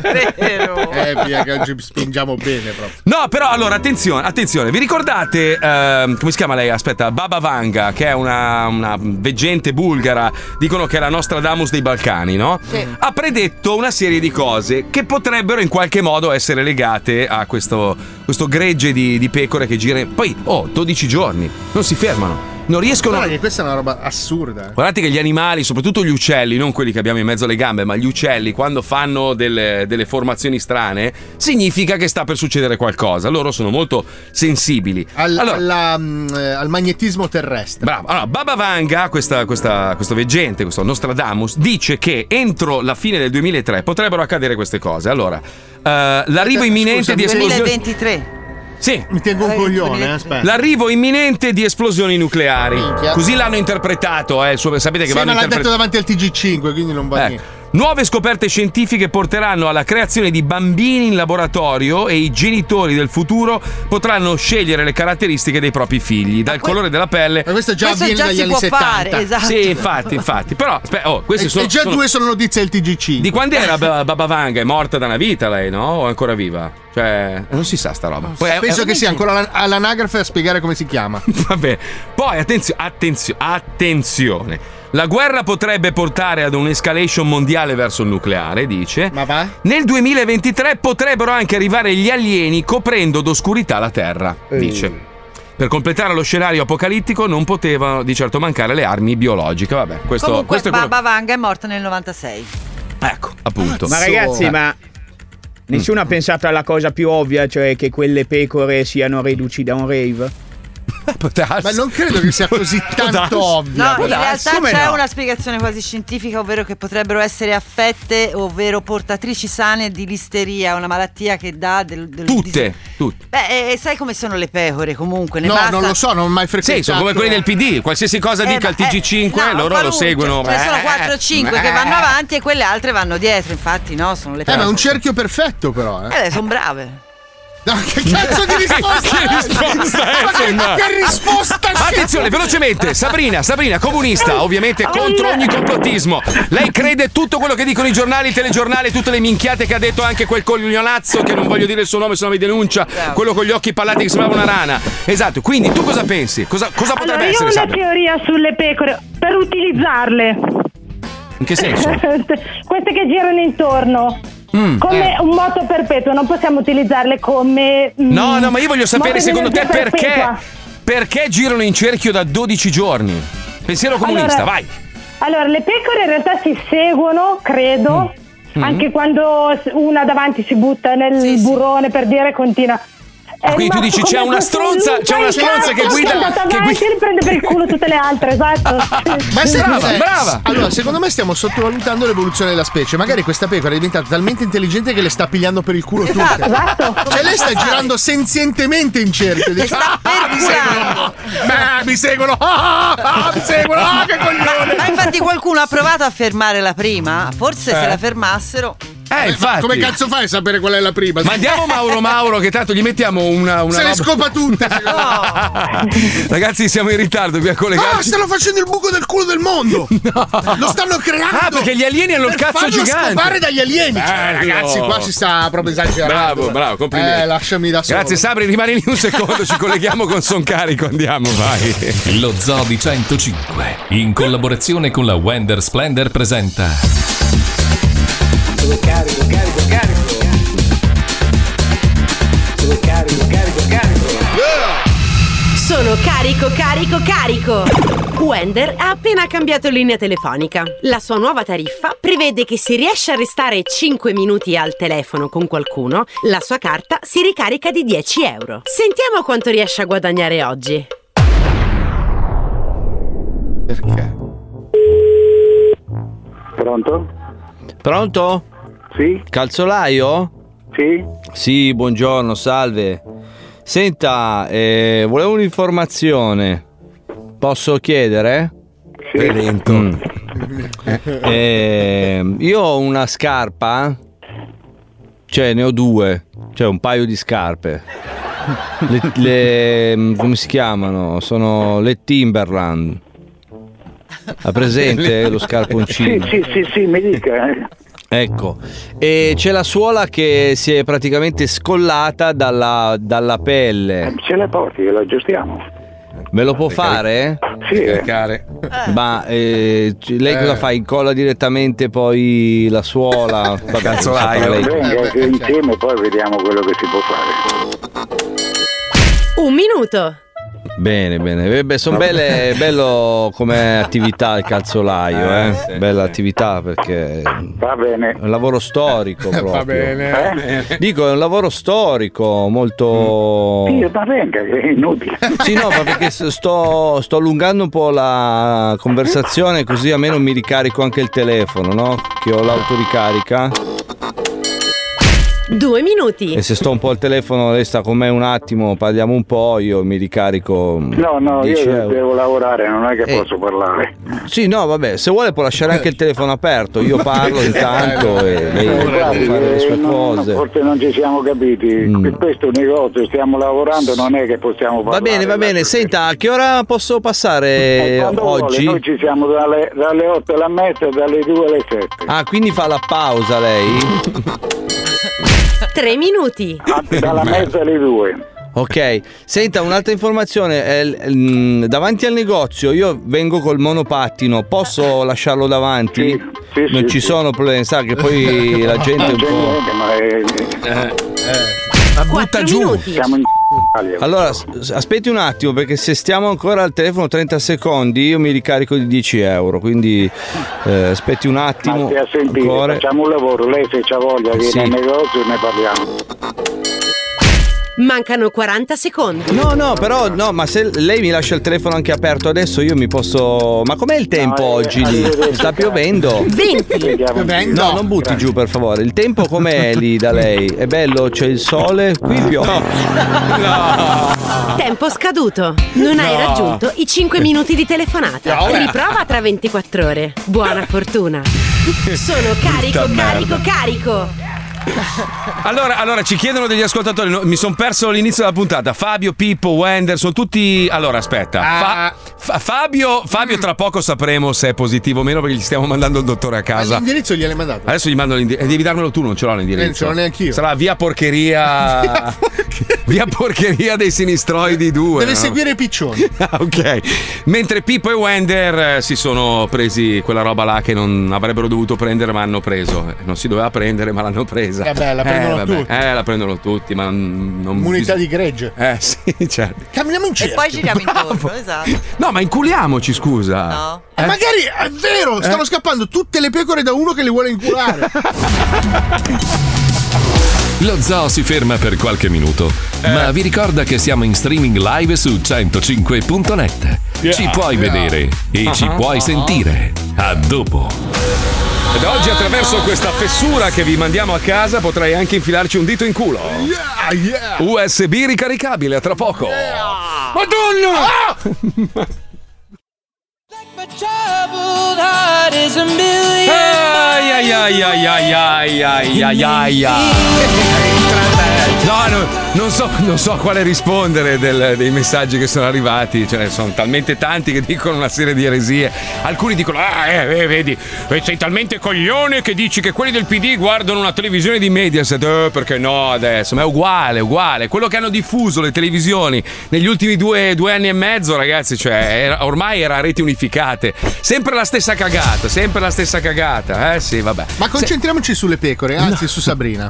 Eh, via, che oggi spingiamo bene proprio. Esatto. No, però allora attenzione, attenzione, vi ricordate ehm, come si chiama lei? Aspetta, Baba Vanga, che è una, una veggente bulgara, dicono che è la Nostradamus dei Balcani, no? Sì. Ha predetto una serie di cose che potrebbero in qualche modo essere legate a questo, questo gregge di, di pecore che gira. Poi, oh, 12 giorni, non si fermano. Non riescono. Guarda che questa è una roba assurda. eh. Guardate che gli animali, soprattutto gli uccelli, non quelli che abbiamo in mezzo alle gambe, ma gli uccelli, quando fanno delle, delle formazioni strane, significa che sta per succedere qualcosa. Loro sono molto sensibili. Al, allora, alla, mm, eh, al magnetismo terrestre. bravo. Allora, Baba Vanga, questa- questa- questo veggente, questo Nostradamus, dice che entro la fine del 2003 potrebbero accadere queste cose. Allora, eh, l'arrivo imminente Scusa, di esplosioni. 2023. Sì. Mi tengo un coglione, eh, aspetta. L'arrivo imminente di esplosioni nucleari. Minchia. Così l'hanno interpretato, eh, il suo- sapete che Sì, vanno ma l'ha interpretati. detto davanti al TG5, quindi non va Eh, niente. Nuove scoperte scientifiche porteranno alla creazione di bambini in laboratorio e i genitori del futuro potranno scegliere le caratteristiche dei propri figli, dal colore della pelle. Ma questo già Questo avviene già dagli si anni può 70. fare, esatto. Sì, infatti, infatti. Però, aspetta, oh, queste e, sono, e già sono- due sono notizie del TG5. Di quando [laughs] era Ba- Baba Vanga? È morta da una vita lei, no? O è ancora viva? Cioè, non si sa sta roba. Poi eh, è- Penso eh, è- che sia ancora alla- all'anagrafe a spiegare come si chiama. [laughs] Vabbè, poi attenzio- attenzio- attenzione. La guerra potrebbe portare ad un'escalation mondiale verso il nucleare, dice. Ma va? Nel 2023 potrebbero anche arrivare gli alieni coprendo d'oscurità la Terra, dice. Per completare lo scenario apocalittico non potevano di certo mancare le armi biologiche. Vabbè, questo, Comunque, questo è quello. Baba Vanga è morta nel 96. Ecco, appunto. Ma ragazzi, ma nessuno ha pensato alla cosa più ovvia, cioè che quelle pecore siano riduci da un [laughs] rave? Ma non credo che sia così tanto ovvio. No, in realtà c'è una spiegazione quasi scientifica, ovvero che potrebbero essere affette, ovvero portatrici sane di listeria, una malattia che dà del, del Tutte, tutte. Beh, e, e sai come sono le pecore comunque? Ne No, basta- non lo so, non ho mai frequentato. Sì, sono come quelli del PD, qualsiasi cosa Esatto. Eh, dica il ma- eh, TG5, no, loro lo qualunque. seguono. Ce ne sono Eh, 4 o 5 che eh. vanno avanti e quelle altre vanno dietro, infatti, no, sono le Eh, ma pecore. è un cerchio perfetto, però. Eh. Eh, sono brave. che [laughs] cazzo di risposta Che è? risposta è, Ma insomma? che [laughs] risposta Attenzione, velocemente, Sabrina, Sabrina, comunista, ovviamente contro ogni complottismo. Lei crede tutto quello che dicono i giornali, i telegiornali, tutte le minchiate che ha detto anche quel coglionazzo che non voglio dire il suo nome, se no mi denuncia, quello con gli occhi pallati che sembrava una rana. Esatto, quindi tu cosa pensi? Cosa, cosa Allora, potrebbe io ho essere, una Sabrina? teoria sulle pecore per utilizzarle. [laughs] In che senso? Mm. Queste che girano intorno. Come Eh. un moto perpetuo, non possiamo utilizzarle come. mm, No, no, ma io voglio sapere moto di secondo te energia perché, perpetua. perché girano in cerchio da 12 giorni. Pensiero comunista, Allora- vai. Allora, le pecore in realtà si seguono, credo. Mm. Anche quando s- una davanti si butta nel burrone per dire continua. Ah, quindi tu rimasto dici, come c'è una fosse un stronza- lupo c'è una in stronza che campo, guida- è andata che avanti guida- e le prende per il culo tutte le [laughs] altre, esatto. Ma se- Sì. eh, Allora, secondo me stiamo sottovalutando l'evoluzione della specie. Magari questa pecora è diventata talmente intelligente che le sta pigliando per il culo tutte. Esatto, esatto. Cioè, lei sta girando senzientemente in cerchio. Dice, ah, mi [laughs] seguono! Ma mi seguono! Ah, ah, ah, mi seguono! Ah, che coglione! Ma infatti qualcuno ha provato a fermare la prima, forse Eh. se la fermassero. Eh, infatti. Come cazzo fai a sapere qual è la prima? Mandiamo Mauro Mauro, che [laughs] tanto gli mettiamo una. una Se le roba- scopa tutte! [laughs] Ragazzi, siamo in ritardo, dobbiamo collegarci. Ah, stanno facendo il buco del culo [laughs] del mondo! Lo stanno creando! Ah, perché gli alieni hanno il Per cazzo farlo gigante. scopare dagli alieni! Cioè, Bello. ragazzi, qua si sta proprio esagerando. Bravo, bravo, complimenti. Eh, lasciami da solo. Grazie Sabri, rimani lì un secondo, ci colleghiamo con Son Carico, andiamo, vai. Lo Zoo di 105, in collaborazione con la Wender Splendor, presenta Sono carico, carico, carico. Sono carico, carico, carico. Sono carico, carico, carico! Wender ha appena cambiato linea telefonica. La sua nuova tariffa prevede che se riesce a restare 5 minuti al telefono con qualcuno, la sua carta si ricarica di 10 euro. Sentiamo quanto riesce a guadagnare oggi. Perché? Pronto? Pronto? Sì? Calzolaio? Sì? Sì, buongiorno, salve. Senta, eh, volevo un'informazione. Posso chiedere? Sì. Mm. Eh, io ho una scarpa. Cioè, ne ho due. Cioè, un paio di scarpe. Le- le- mm, come si chiamano? Sono le Timberland. Ha presente lo Sì, scarponcino? sì, sì, sì, mi dica. eh. Ecco, e c'è la suola che si è praticamente scollata dalla, dalla pelle. Ce la porti, la aggiustiamo. Me lo può fare? Sì. Ma eh, c- lei cosa fa? Incolla direttamente poi la suola? Vabbè, Venga, non saprei. che insieme poi vediamo quello che si può fare. Un minuto! Bene, bene. Eh, Beh, sono belle, bello come attività il calzolaio, eh. Bella attività perché Va bene. è un lavoro [laughs] storico proprio. Eh? bene. Dico, è un lavoro storico, molto... Mm. Sì, ma venga, che è inutile. Sì, no, ma perché s- sto, sto allungando un po' la conversazione così almeno mi ricarico anche il telefono, no? Che ho l'autoricarica. Due minuti! E se sto un po' al telefono, lei sta con me un attimo, parliamo un po', io mi ricarico. mm, No, no, 10 io euro. devo lavorare, non è che Eh. posso parlare. Sì, no, vabbè, se vuole può lasciare anche il telefono aperto, [laughs] io parlo intanto e lei Eh, può guardi, fare le eh, sue non- cose. Mm. forse non ci siamo capiti. Questo è un negozio, stiamo lavorando, non è che possiamo Va parlare. bene, va bene, senta, a che ora posso Eh, passare quando vuole, oggi? noi ci siamo dalle, dalle 8 alla mezza, dalle 2 alle 7. Ah, quindi fa la pausa lei? Tre minuti! [laughs] Dalla mezza alle 2. Ok, senta un'altra informazione, eh, l- mm, davanti al negozio io vengo col monopattino, posso lasciarlo davanti? Eh. sì, non sì, ci sì. sono problemi, sa che poi [laughs] la gente Non un c'è po'... niente, ma è- La butta giù. Siamo in Italia. Allora, s- s- aspetti un attimo perché se stiamo ancora al telefono 30 secondi io mi ricarico di 10 euro, quindi eh, aspetti un attimo. Stia a sentire, ancora. facciamo un lavoro, lei se c'ha voglia viene Sì. al negozio e ne parliamo. Mancano 40 secondi. No, no, però no, ma se lei mi lascia il telefono anche aperto adesso io mi posso... Ma com'è il tempo oggi lì? Sta piovendo? 20. No, non butti giù per favore. Il tempo com'è lì da lei? È bello, c'è il sole, qui piove. Tempo scaduto. Non hai No. raggiunto i 5 minuti di telefonata. No, eh. Riprova tra 24 ore. Buona fortuna. Sono carico, merda. carico, carico. Allora, allora, ci chiedono degli ascoltatori. no, mi sono perso l'inizio della puntata. Fabio, Pippo, Wender, sono tutti. Allora, aspetta. Fa- Ah. Fa- Fabio, Fabio, tra poco sapremo se è positivo o meno perché gli stiamo mandando il dottore a casa. L'indirizzo gliel'hai mandato. Adesso gli mando l'indirizzo. Devi darmelo tu, non ce l'ho l'indirizzo. Eh, ce l'ho neanche io. Sarà via [laughs] [laughs] porcheria. via porcheria uh, dei sinistroidi 2. Deve seguire Piccioni. [laughs] Ah, ok. Mentre Pippo e Wender eh, si sono presi quella roba là che non avrebbero dovuto prendere, ma hanno preso. Eh, Non si doveva prendere, ma l'hanno presa. Vabbè, la prendono eh, tutti. Eh, la prendono tutti, ma n- non Unità bis- di gregge. Eh, [laughs] sì, certo. Camminiamo in E cerchio. poi giriamo intorno, esatto. No, ma inculiamoci, scusa. No. Eh, Magari è vero, Eh. stanno scappando tutte le pecore da uno che le vuole inculare. [laughs] Lo zoo si ferma per qualche minuto, Eh. ma vi ricorda che siamo in streaming live su 105.net. Ci Yeah. puoi Yeah. vedere e ci Uh-huh, puoi uh-huh. sentire. A dopo. Ed oggi attraverso questa fessura che vi mandiamo a casa potrai anche infilarci un dito in culo. USB ricaricabile, a tra poco. Ah! Madonna! Ai ai ai ai ai ai ai ai ai ai. No, no, non, so, non so quale rispondere del- dei messaggi che sono arrivati, ce ne sono talmente tanti che dicono una serie di eresie. Alcuni dicono, ah, eh, eh, vedi, eh, sei talmente coglione che dici che quelli del PD guardano una televisione di Mediaset, eh, perché no adesso, ma è uguale, è uguale. Quello che hanno diffuso le televisioni negli ultimi due, due anni e mezzo, ragazzi, cioè, era- ormai era reti unificate. Sempre la stessa cagata, sempre la stessa cagata, eh sì, vabbè. Ma concentriamoci sulle pecore, anzi su Sabrina.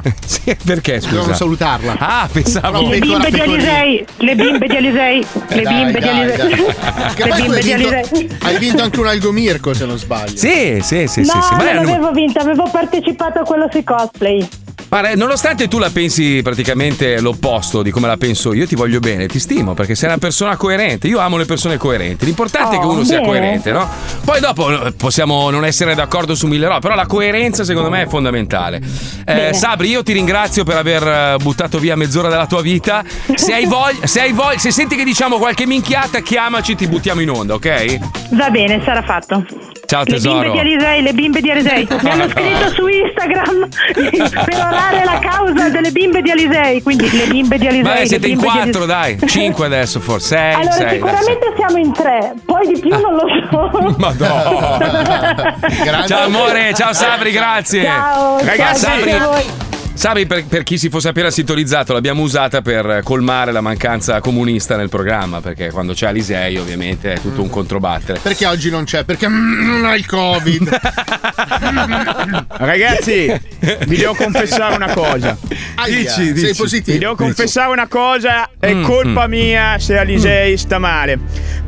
[laughs] sì, perché scusa? Dobbiamo salutarla. Ah, pensavo- Una Le pecora bimbe di pecorina. Eh, Alisei, le bimbe di Alisei, Eh, le Dai, bimbe di dai, [laughs] Alisei. dai. Che Le poi tu bimbe hai di vinto- Alisei. Hai vinto anche un algomirco, se non sbaglio. Sì, sì, sì, sì, No, sì. Ma è non un- avevo vinto, avevo partecipato a quello sui cosplay. Pare- nonostante tu la pensi praticamente l'opposto di come la penso io, ti voglio bene, ti stimo perché sei una persona coerente. Io amo le persone coerenti. L'importante è che Oh, uno sia bene. coerente, no? Poi dopo eh, possiamo non essere d'accordo su mille robe, però la coerenza secondo me è fondamentale. Eh, Sabri, io ti ringrazio per aver eh, buttato via mezz'ora della tua vita. Se hai voglia, se, hai voglia- se senti che diciamo qualche minchiata, chiamaci, ti buttiamo in onda, ok? Va bene, sarà fatto. Ciao Le bimbe tesoro. di Alisei, le bimbe di [laughs] Alisei. Mi hanno scritto su Instagram [laughs] per orare la causa delle bimbe di Alisei. Quindi le bimbe di Alisei. Ma le eh, siete in bimbe di quattro, Alisei. dai. Cinque adesso, forse. Sei, Allora, sei, dai, sei. sicuramente siamo in tre, poi di più non [laughs] lo so. [laughs] Madonna. Ciao amore, ciao Sabri, grazie. Ciao, Ragazzi, ciao, grazie a voi. Sabri, Sabri, per, per chi si fosse appena sintonizzato, l'abbiamo usata per eh, colmare la mancanza comunista nel programma, perché quando c'è Alisei ovviamente è tutto un controbattere. Perché oggi non c'è? Perché mm, non ha il Covid. [laughs] Ragazzi, vi devo confessare una cosa. Aia, Dici, sei dici. positivo. Vi devo confessare una cosa, è Mm, colpa mm. mia se Alisei sta male.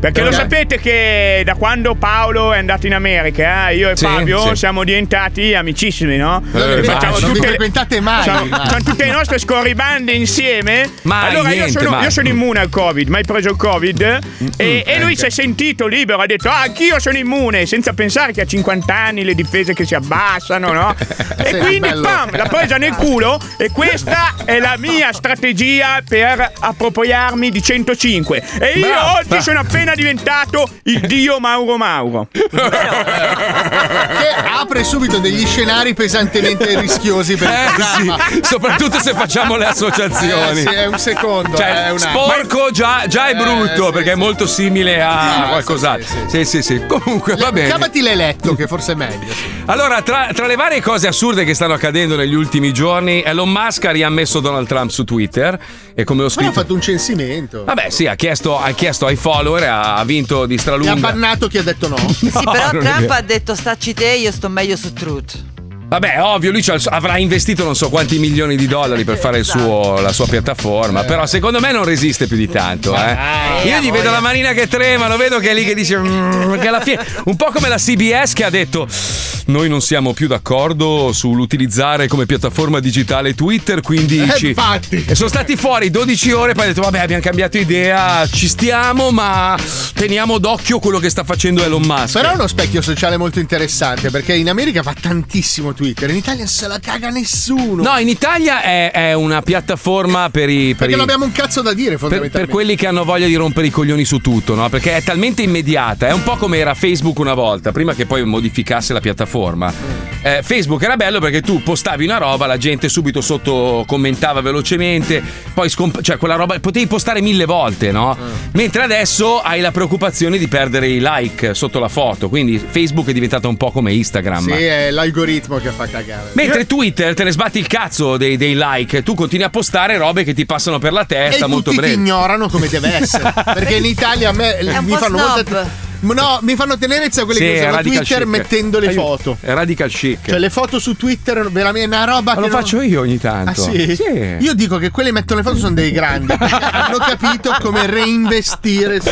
Perché lo Perché? sapete che da quando Paolo è andato in America, eh, io e Sì, Fabio sì. siamo diventati amicissimi, no? Eh, E facciamo immagino. Non vi tutte, frequentate mai, facciamo- immagino. facciamo tutte le nostre scorribande insieme. Mai, allora niente, io, sono, mai. io sono immune al Covid, mai preso il Covid. e, mm, e lui anche. si è sentito libero, ha detto: Ah, anch'io sono immune, senza pensare che a 50 anni le difese che si abbassano, [laughs] no? e Sì, quindi bello. pam, l'ha presa nel culo. E questa è la mia strategia per appropriarmi di 105. E io Bravo, oggi bravo. sono appena diventato il dio Mauro Mauro. Che apre subito degli scenari pesantemente rischiosi per il Eh, programma. sì, soprattutto se facciamo le associazioni. Eh, sì, è un secondo. Cioè, eh, è un attimo. Eh, sporco già, già è brutto perché è molto simile a Sì, qualcos'altro. Sì sì, sì, Comunque, va bene. Chiamati l'eletto, che forse è meglio. sì. Allora, tra, tra le varie cose assurde che stanno accadendo negli ultimi giorni, Elon Musk ha riammesso Donald Trump su Twitter e come ho Ma ha scritto... fatto un censimento. Vabbè, sì, ha chiesto, ha chiesto ai follower, ha, ha vinto di Mi ha stralunga. bannato chi ha detto no. [laughs] Sì, però non è Trump vero. ha detto stacci te, io sto meglio su Truth. Vabbè, ovvio, lui c'ha il suo- avrà investito non so quanti milioni di dollari per fare il Esatto. suo- la sua piattaforma, però secondo me non resiste più di tanto. eh. Io gli vedo la manina che trema, lo vedo che è lì che dice... "Mm", che alla fine, un po' come la CBS che ha detto... Noi non siamo più d'accordo sull'utilizzare come piattaforma digitale Twitter, quindi... Eh, ci- infatti. E sono stati fuori 12 ore, poi ha detto vabbè abbiamo cambiato idea, ci stiamo, ma teniamo d'occhio quello che sta facendo Elon Musk. Però è uno specchio sociale molto interessante perché in America fa tantissimo Twitter, in Italia non se la caga nessuno. No, in Italia è, è una piattaforma per i... per perché i- non abbiamo un cazzo da dire per, per fondamentalmente. quelli che hanno voglia di rompere i coglioni su tutto, no? Perché è talmente immediata, è un po' come era Facebook una volta, prima che poi modificasse la piattaforma. eh, Facebook era bello perché tu postavi una roba, la gente subito sotto commentava velocemente, poi scomp- cioè quella roba potevi postare mille volte, Ah. no? Mentre adesso hai la preoccupazione di perdere i like sotto la foto, quindi Facebook è diventata un po' come Instagram. Sì, è l'algoritmo che fa cagare. Mentre Twitter te ne sbatti il cazzo dei, dei like, tu continui a postare robe che ti passano per la testa e molto tutti ti brevi. ignorano come [laughs] deve essere. perché in Italia a me È un mi po' fanno snob. molta- No, mi fanno tenerezza quelli Sì, che usano radical Twitter chic. mettendo le Aiuto. foto. È Radical chic. Cioè, le foto su Twitter veramente è una Ma roba che. lo non- faccio io ogni Ah, tanto. sì? Io dico che quelli che mettono le foto sono dei grandi. [laughs] perché hanno capito come reinvestire su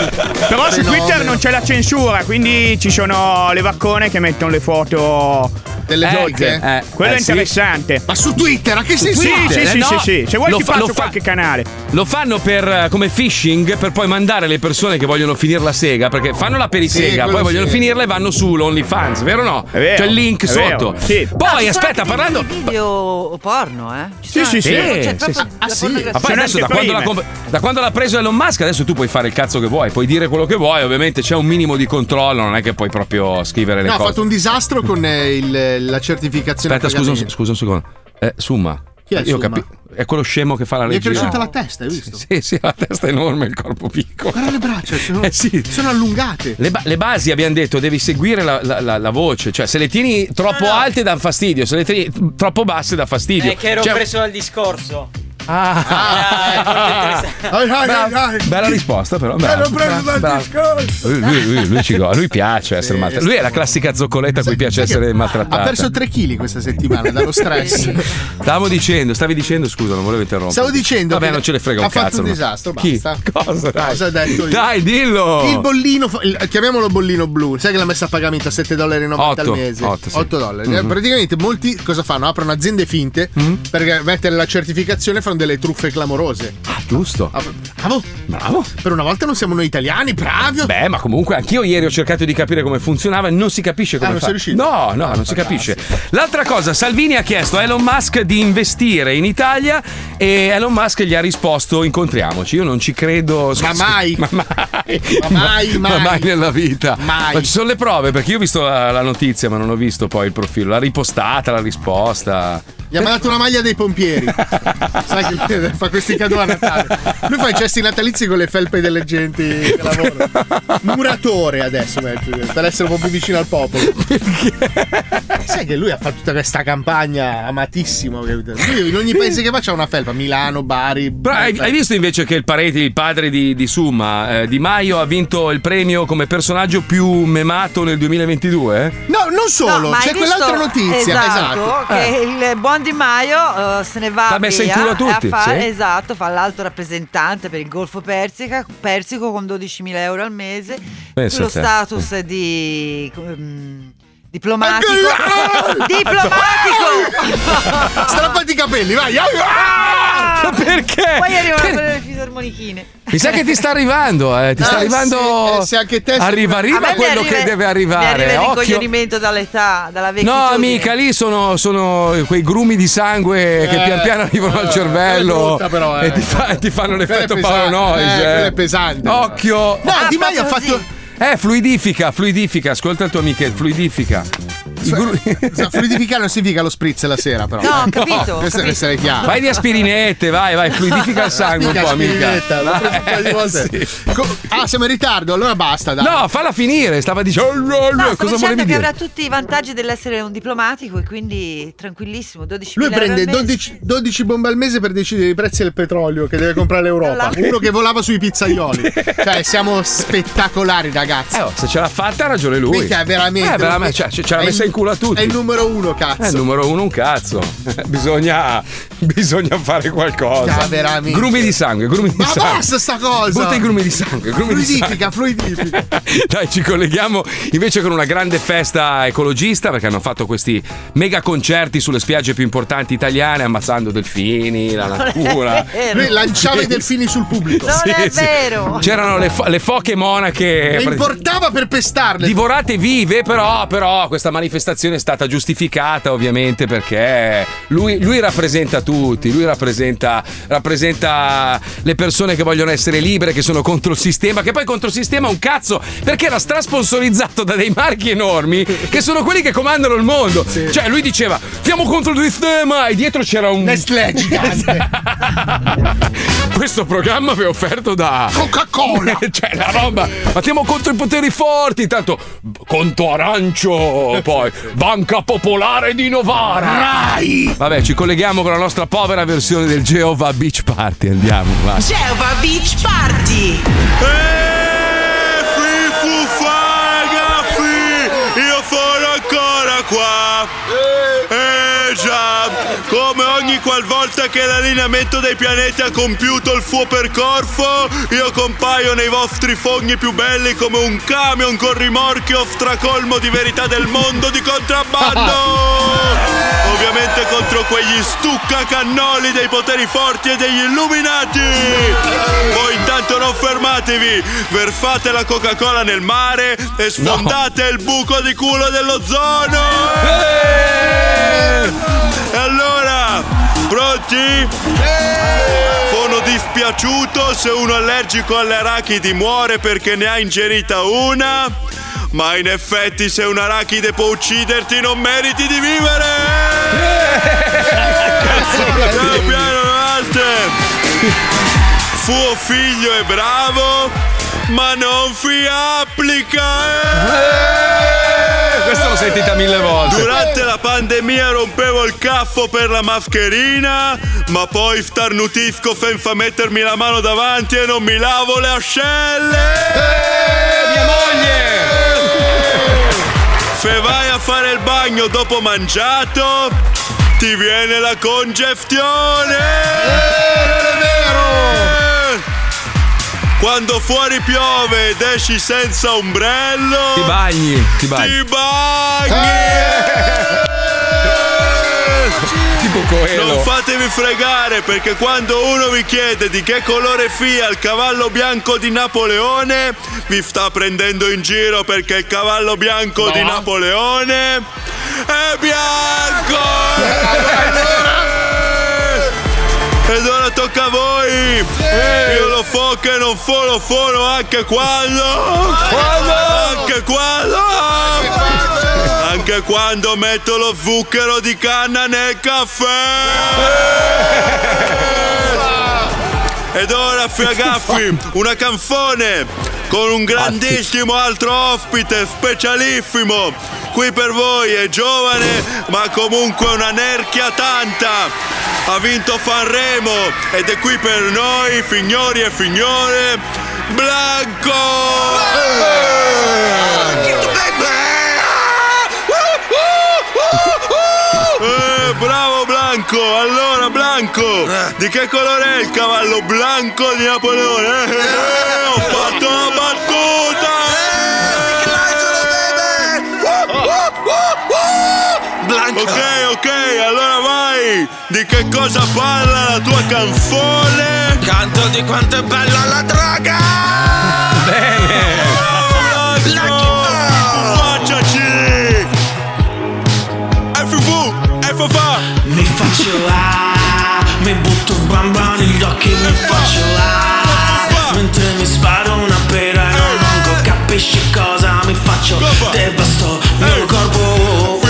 Però su fenomeno. Twitter non c'è la censura, quindi ci sono le vaccone che mettono le foto delle doghe? eh, Quello eh, è sì. interessante. eh, Ma su Twitter, a che sì, senso sì, ha? sì, sì, No, sì, sì. Se vuoi lo ti fa- faccio lo fa- qualche canale. Lo fanno per, eh, come phishing per poi mandare le persone che vogliono finire la sega, perché fanno la Sì, perisega, quello poi vogliono sì. finirla e vanno su l'OnlyFans, vero o no? È vero, C'è il link è sotto. vero, sì. No, Poi Ah, ci sono aspetta, anche dei parlando. video porno, eh? Ci sono Sì, sì, anche- sì. cioè, Sì, proprio sì. Ah, la pornografia. Ma poi adesso da quando, l'ha comp- da quando l'ha preso Elon Musk adesso tu puoi fare il cazzo che vuoi, puoi dire quello che vuoi, ovviamente c'è un minimo di controllo, non è che puoi proprio scrivere le No, ha cose. fatto un disastro con eh, il- la certificazione. Aspetta, a scusa, un se- pagamento. scusa un secondo. Eh, Summa. Chi è Io Summa? capi- È quello scemo che fa la Gli è legge. cresciuta la testa, hai visto? [laughs] Sì, sì, la testa è enorme, il corpo piccolo. Eh, Guarda le [laughs] braccia, sono, sono allungate. Le, ba- le basi abbiamo detto, devi seguire la, la- la- la voce, cioè se le tieni troppo alte dà fastidio, se le tieni troppo basse dà fastidio. È Eh, che ero Cioè- preso dal [laughs] discorso. Ah, Bra- bella risposta però. bravo. Bra- bravo. Lui, lui- lui- lui ci go- a lui piace essere maltrattato. Lui è la classica zoccoletta a cui piace essere maltrattata. Ha perso 3 kg questa settimana dallo [laughs] stress. Stavo dicendo, stavi dicendo, scusa, non volevo interrompere. Stavo dicendo Vabbè, che non ce ne frega un ha fatto cazzo, un no. disastro, Chi? basta. Cosa? Dai, Cosa ho detto io? Dai, dillo. Il bollino, fa- il- chiamiamolo bollino blu, sai che l'ha messa a pagamento a 7,90 dollari al Otto, mese? otto, sì. 8 dollari. Eh, Mhm. Praticamente molti cosa fanno? Aprono aziende finte Mm-hmm. per mettere la certificazione e fanno delle truffe clamorose. Giusto. Ah, Bravo. Bravo. Per una volta non siamo noi italiani, bravi. Beh, ma comunque anch'io ieri ho cercato di capire come funzionava e non si capisce come Ah, non fa. sei riuscito? No, no, non si capisce. L'altra cosa, Salvini ha chiesto a Elon Musk di investire in Italia e Elon Musk gli ha risposto incontriamoci. Io non ci credo. Ma mai. [laughs] Ma mai. Ma mai, [laughs] Ma- ma mai. mai nella vita. Mai. Ma ci sono le prove perché io ho visto la, la notizia ma non ho visto poi il profilo. L'ha ripostata, la risposta. Gli ha mandato una maglia dei pompieri. Sai che fa questi cadeau a Natale. Lui fa i cesti natalizi con le felpe delle genti che lavorano. Muratore adesso, per essere un po' più vicino al popolo. Sai che lui ha fatto tutta questa campagna amatissimo. capito? Lui in ogni paese che va c'ha una felpa. Milano, Bari. Però hai, hai visto invece che il Pareti, il padre di, di Summa, eh, Di Maio, ha vinto il premio come personaggio più memato nel 2022? eh? No, non solo, No, ma hai c'è quell'altra visto- Eh, notizia. Eh. Esatto, Che il buon Di Maio eh, se ne va L'ha messa in via culo a e tutti, fa- sì. Esatto, fa l'alto rappresentante per il Golfo Persica, Persico con 12.000 euro al mese. Pensa lo a te. Mm. status di... mm, Diplomatico [laughs] Diplomatico [laughs] Strappati i capelli vai ah. Ah! [laughs] Ma perché? Poi arrivano Per- quelle delle fisarmonichine Mi sa che ti sta arrivando, eh, ti sta Eh, arrivando. Ah, se- eh, se anche te- arriva, A arriva me mi quello arriva- che deve Mi arriva arrivare. il Occhio. ricoglionimento dall'età, dalla vecchia. No, amica, lì sono, sono quei grumi di sangue che Eh, pian piano arrivano al eh, cervello quella è brutta però, eh. e ti, fa- ti fanno l'effetto Quella è pesante, paranoia. eh, quella è pesante. Occhio. Ah, No, Di Maio ha fatto Eh, fluidifica, fluidifica, ascolta il tuo amico, fluidifica. Sa, Fluidificare non significa lo spritz la sera, però. No, ho Eh. capito, ho Questo deve capito. essere chiaro. Vai di aspirinette, Eh, vai, vai, fluidifica il sangue un po', amica. Aspirinetta, l'ho preso un paio di Eh, volte. Co- ah, siamo in ritardo, allora basta. Dai. No, falla finire, stava dicendo. "Oh, No, sto cosa dicendo volevi che dire? avrà tutti i vantaggi dell'essere un diplomatico e quindi tranquillissimo. 12 Lui prende 12, 12 bombe al mese per decidere i prezzi del petrolio che deve comprare l'Europa. Là. Uno che volava [laughs] sui pizzaioli. Cioè, siamo spettacolari, ragazzi. Eh, oh, se ce l'ha fatta ha ragione lui. Minchia, è veramente. Eh, veramente, cioè, ce ce l'ha È messa il- in culo a tutti. È il numero Eh, il uno, cazzo. numero uno un cazzo. [laughs] Bisogna, bisogna fare qualcosa. Ah, veramente. Grumi di sangue, grumi di Ma sangue. basta sta cosa! Butta i grumi di sangue, grumi di Fluidifica, fluidifica. Dai, ci colleghiamo invece con una grande festa ecologista perché hanno fatto questi mega concerti sulle spiagge più importanti italiane, ammazzando delfini, la natura. Lui [laughs] lanciava i delfini sul pubblico. Sì, sì. Eh, C'erano le, fo- le foche monache. Le importava per pestarle. Divorate vive, però, però questa manifestazione è stata giustificata ovviamente perché lui, lui rappresenta tutti, lui rappresenta, rappresenta le persone che vogliono essere libere, che sono contro il sistema, che poi contro il sistema è un cazzo perché era strasponsorizzato da dei marchi enormi che sono quelli che comandano il mondo. Cioè lui diceva siamo contro il sistema e dietro c'era un... Nestlé [laughs] questo programma vi è offerto da Coca-Cola. cioè, [laughs] la roba. Battiamo contro i poteri forti. Tanto conto arancio, poi Banca Popolare di Novara. Rai. Vabbè, ci colleghiamo con la nostra povera versione del Jehovah Beach Party. Andiamo, va. Geova Beach Party. Io sono ancora qua. Eh già, come ogni qualvolta che l'allineamento dei pianeti ha compiuto il suo percorso, io compaio nei vostri fogni più belli come un camion con rimorchio stracolmo di verità del mondo di contrabbando. Ovviamente contro quegli stuccacannoli dei poteri forti e degli illuminati! Voi intanto non fermatevi! Verfate la Coca-Cola nel mare e sfondate il buco di culo dell'ozono! E allora, pronti? Sono dispiaciuto se uno allergico alle arachidi muore perché ne ha ingerita una. Ma in effetti se un arachide può ucciderti non meriti di vivere! Piano piano avanti! Suo figlio è bravo, ma non si applica! eh! Questa l'ho sentita mille volte. Durante la pandemia rompevo il caffo per la mascherina, ma poi starnutisco senza mettermi la mano davanti e non mi lavo le ascelle. Eh. mia moglie! Se vai a fare il bagno dopo mangiato, ti viene la congestione. Quando fuori piove ed esci senza ombrello, Ti bagni, ti bagni. ti bagni! Eh. Tipo Coelho. Non fatevi fregare perché quando uno vi chiede di che colore fia il cavallo bianco di Napoleone, vi sta prendendo in giro perché il cavallo bianco di Napoleone è bianco! Ed ora tocca a voi! Io lo fo che non fo, lo fono anche quando! Anche quando! Anche quando metto lo zucchero di canna nel caffè! Eh! Ed ora Fiagaffi, una canzone con un grandissimo altro ospite specialissimo. Qui per voi è giovane, ma comunque una nerchia tanta. Ha vinto Fanremo ed è qui per noi, fignori e fignore, Blanco! Eh, bravo Blanco! Allora Blanco, di che colore è il cavallo blanco di Napoleone? Eh, eh, ho fatto la battuta! Ok, ok, allora vai! Di che cosa parla la tua canzone? Canto di quanto è bella la droga! Bene! Facciaci! FV! FFA! Mi faccio la, mi butto un bambino negli occhi, mi faccio la. Mentre mi sparo una pera e non manco capisci cosa mi faccio. Devasto il mio corpo.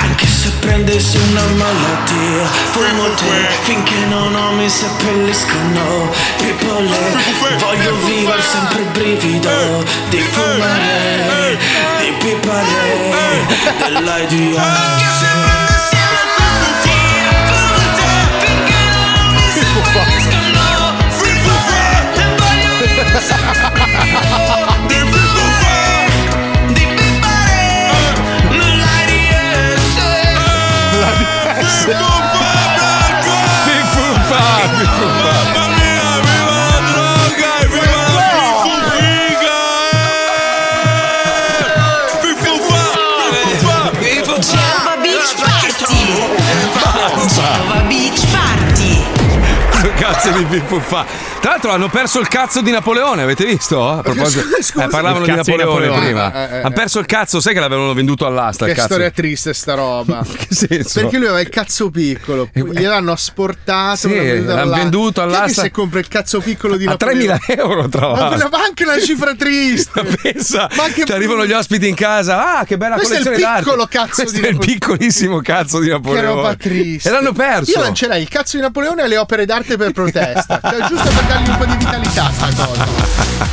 Anche se prendessi una malattia, fumo te finché non ho mi seppelliscono. Pipole, voglio vivere sempre il brivido di fumare, di pipare, dell'IDO. Eh. Anche se prendessi Geova Beach Party. Geova Beach Party. é. Basta. Cazzo di Pippo fa. Tra l'altro hanno perso il cazzo di Napoleone, avete visto? A proposito, Scusa, scusa. eh, parlavano Il di cazzo di Napoleone, Napoleone. prima. Eh, eh, Hanno eh. perso il cazzo, sai che l'avevano venduto all'asta Che il cazzo. storia triste [laughs] sta roba. senso? Eh, Perché lui aveva il cazzo piccolo, gliel'hanno Sì, asportato, l'hanno venduto l'hanno all'asta. venduto Chi è che all'asta- se compra il cazzo piccolo di A 3.000 Napoleone? euro, tra Ma quella- l'altro. ma anche una cifra triste. [laughs] Pensa, Ma che ti arrivano gli ospiti in casa. Ah, che bella Questo è il collezione d'arte. piccolo cazzo Questo di è il Napole- piccolissimo cazzo di Che Napoleone. roba triste. E l'hanno perso. Io lancerai il cazzo di Napoleone alle opere d'arte [laughs] per protesta. Cioè, giusto per dargli un po' di vitalità sta cosa.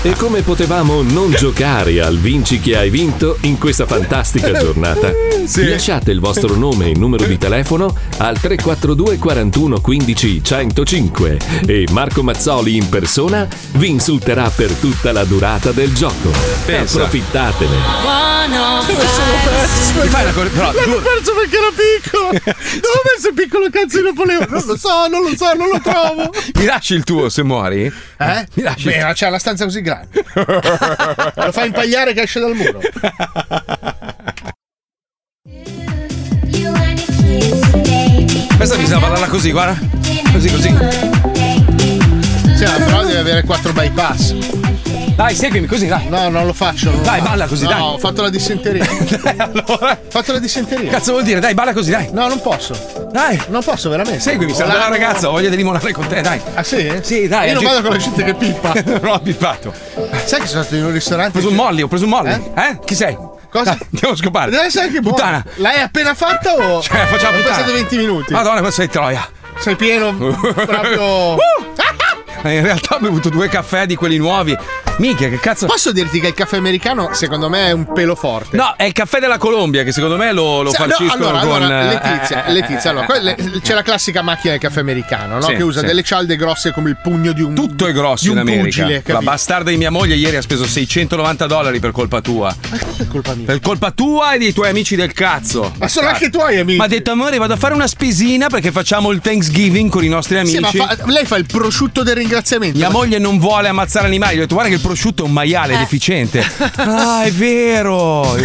E come potevamo non giocare al Vinci che hai vinto in questa fantastica giornata? Sì. Lasciate il vostro nome e numero di telefono al 342 41 15 105 e Marco Mazzoli in persona vi insulterà per tutta la durata del gioco. Pensa. Approfittatene. Mi fai una cor- però, L'hanno due- perso perché era piccolo. Dove ho messo il piccolo cazzo di Napoleone? Non lo so, non lo so, non lo trovo. Mi lasci il tuo se muori? Eh? Mi lasci Beh, ma c'ha la stanza [laughs] così grande. lo fa impagliare che esce dal muro. Questa bisogna parlarla così, guarda. Così, così. Sì, ma però deve avere quattro bypass. Dai, seguimi così, dai. No, non lo faccio. Dai, balla così, no, dai. ho fatto la [laughs] dissenteria. Ho fatto la dissenteria. Cazzo vuol dire? Dai, balla così, dai. No, non posso. Dai. Non posso, veramente. Seguimi, sei Ho una bella la- ragazza, ho voglia di limonare con te, dai. Ah, sì? Sì, dai. Io non oggi- vado con la gente che pippa. [laughs] non ho pippato. Sai che sono stato in un ristorante? Ho preso un molli, ho preso un molli. Eh? Chi sei? Cosa? Dai, andiamo a scopare. Deve essere anche buona. Puttana. L'hai appena fatta o? [laughs] Cioè, facciamo Ho puttana. passato 20 minuti. Madonna, questo sei troia. Sei pieno proprio. [laughs] [laughs] Eh, In realtà ho bevuto due caffè di quelli nuovi. Minchia, che cazzo. Posso dirti che il caffè americano, secondo me, è un pelo forte. No, è il caffè della Colombia che secondo me lo, lo Sì, no, farciscono allora, con. allora, eh, Letizia, eh, Letizia, eh, allora, eh, quelle- eh, eh. c'è la classica macchina del caffè americano, no? Sì, che usa sì. delle cialde grosse come il pugno di un Tutto è grosso di un in America. pugile, la capito? bastarda di mia moglie ieri ha speso 690 dollari per colpa tua. Ma che è colpa mia? Per colpa tua e dei tuoi amici del cazzo. Ma sono anche i tuoi amici. Ma ha detto, amore, vado a fare una spesina perché facciamo il Thanksgiving con i nostri amici. Sì, ma fa- lei fa il prosciutto del ringraziamento. Mia moglie non vuole ammazzare animali. Ho detto, guarda che il prosciutto è un maiale è deficiente. ah, è vero.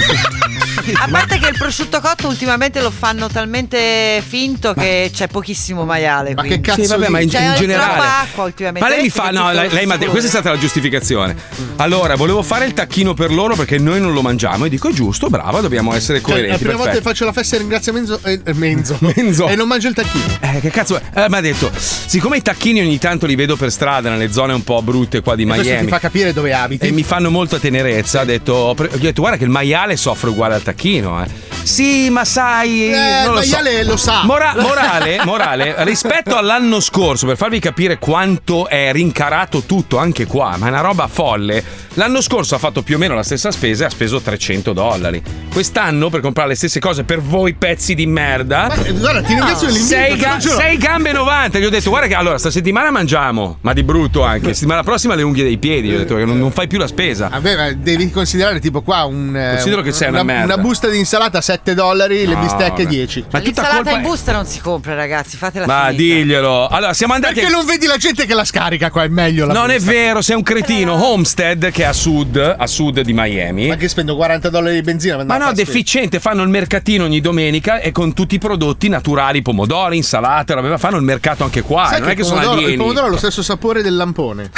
A parte che il prosciutto cotto ultimamente lo fanno talmente finto che c'è pochissimo maiale. Ma che cazzo Sì, vabbè, dici? ma in- in generale. troppa acqua ultimamente. Ma lei mi Vedete fa, che no, tutto lei, lei mi ha detto- questa è stata la giustificazione. Allora, volevo fare il tacchino per loro perché noi non lo mangiamo. E dico, è giusto, brava, dobbiamo essere Cioè, la coerenti. prima volta che perfetto. faccio la festa del ringraziamento eh, eh, menzo. [laughs] Menzo. e non mangio il tacchino. Eh, che cazzo è? Eh, mi ha detto, siccome i tacchini ogni tanto li vedo per strada, nelle zone un po' brutte qua di E Questo ti Miami. fa capire dove abiti. E mi fanno molta tenerezza. Ha detto, ho pre- gli ho detto, guarda che il maiale soffre uguale al tacchino. Eh. Sì, ma sai. Eh, non il lo so. maiale lo sa. Mora- morale, [laughs] morale, rispetto all'anno scorso, per farvi capire quanto è rincarato tutto anche qua, ma è una roba folle. L'anno scorso ha fatto più o meno la stessa spesa e ha speso 300 dollari. Quest'anno per comprare le stesse cose per voi pezzi di merda. eh, guarda, ti ringrazio dell'invito, sei, te lo giuro. sei gambe 90. Gli ho detto, guarda che allora, sta settimana mangiamo, ma di brutto anche. Settimana prossima le unghie dei piedi. Gli ho detto, perché non, non fai più la spesa. Vabbè, ma devi considerare tipo qua un. eh, Considero che sei una una, merda. busta di insalata a 7 dollari, le No, bistecche vabbè. 10. Ma tutta L'insalata colpa in busta non si compra, ragazzi, fatela Ma finita. diglielo. Allora, siamo andati Perché non vedi la gente che la scarica qua? È meglio la Non è busta. vero, sei un cretino. Homestead, che è a sud, a sud di Miami. Ma che spendo 40 dollari di benzina? per Ma no, andare a fare spesa? deficiente, fanno il mercatino ogni domenica e con tutti i prodotti naturali, pomodori, insalate, roba, fanno il mercato anche qua, Sai non è che che il sono pomodoro, il alieni. pomodoro ha lo stesso sapore [laughs] del lampone.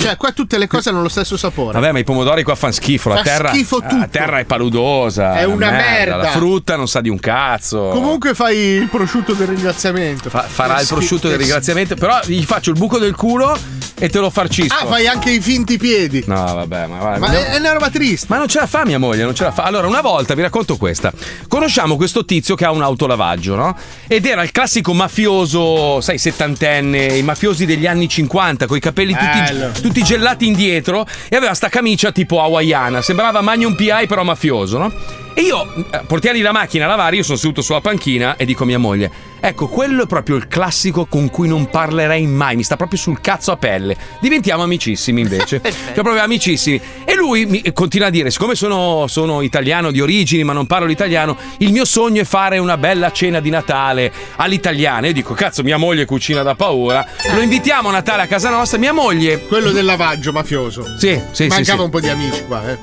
cioè, qua tutte le cose hanno lo stesso sapore. Vabbè, ma i pomodori qua fanno schifo, la Fa terra, eh, schifo tutto. la terra è paludosa, È la una la merda. frutta non sa di un cazzo. Comunque fai il prosciutto del ringraziamento. farà il prosciutto del ringraziamento, però gli faccio il buco del culo e te lo farcisco. Ah, fai anche i finti piedi. No, vabbè, ma guarda, Ma mia- è, è una roba triste. Ma non ce la fa mia moglie, non ce la fa. Allora, una volta vi racconto questa. Conosciamo questo tizio che ha un autolavaggio, no? Ed era il classico mafioso, sai, settantenne, i mafiosi degli anni 50, coi capelli Bello. tutti, tutti gelati indietro e aveva sta camicia tipo hawaiana, sembrava Magnum PI però mafioso, no? E io, eh, portieri la macchina a lavare, io sono seduto sulla panchina e dico a mia moglie, ecco, quello è proprio il classico con cui non parlerei mai, mi sta proprio sul cazzo a pelle. Diventiamo amicissimi invece. Cioè, proprio amicissimi. E lui mi eh, continua a dire, siccome sono, sono italiano di origini ma non parlo l'italiano, il mio sogno è fare una bella cena di Natale all'italiana. Io dico, cazzo, mia moglie cucina da paura, lo invitiamo a Natale a casa nostra, mia moglie... Quello del lavaggio mafioso. Sì, sì, sì, Mancava sì. Ah, un po' di amici qua, eh.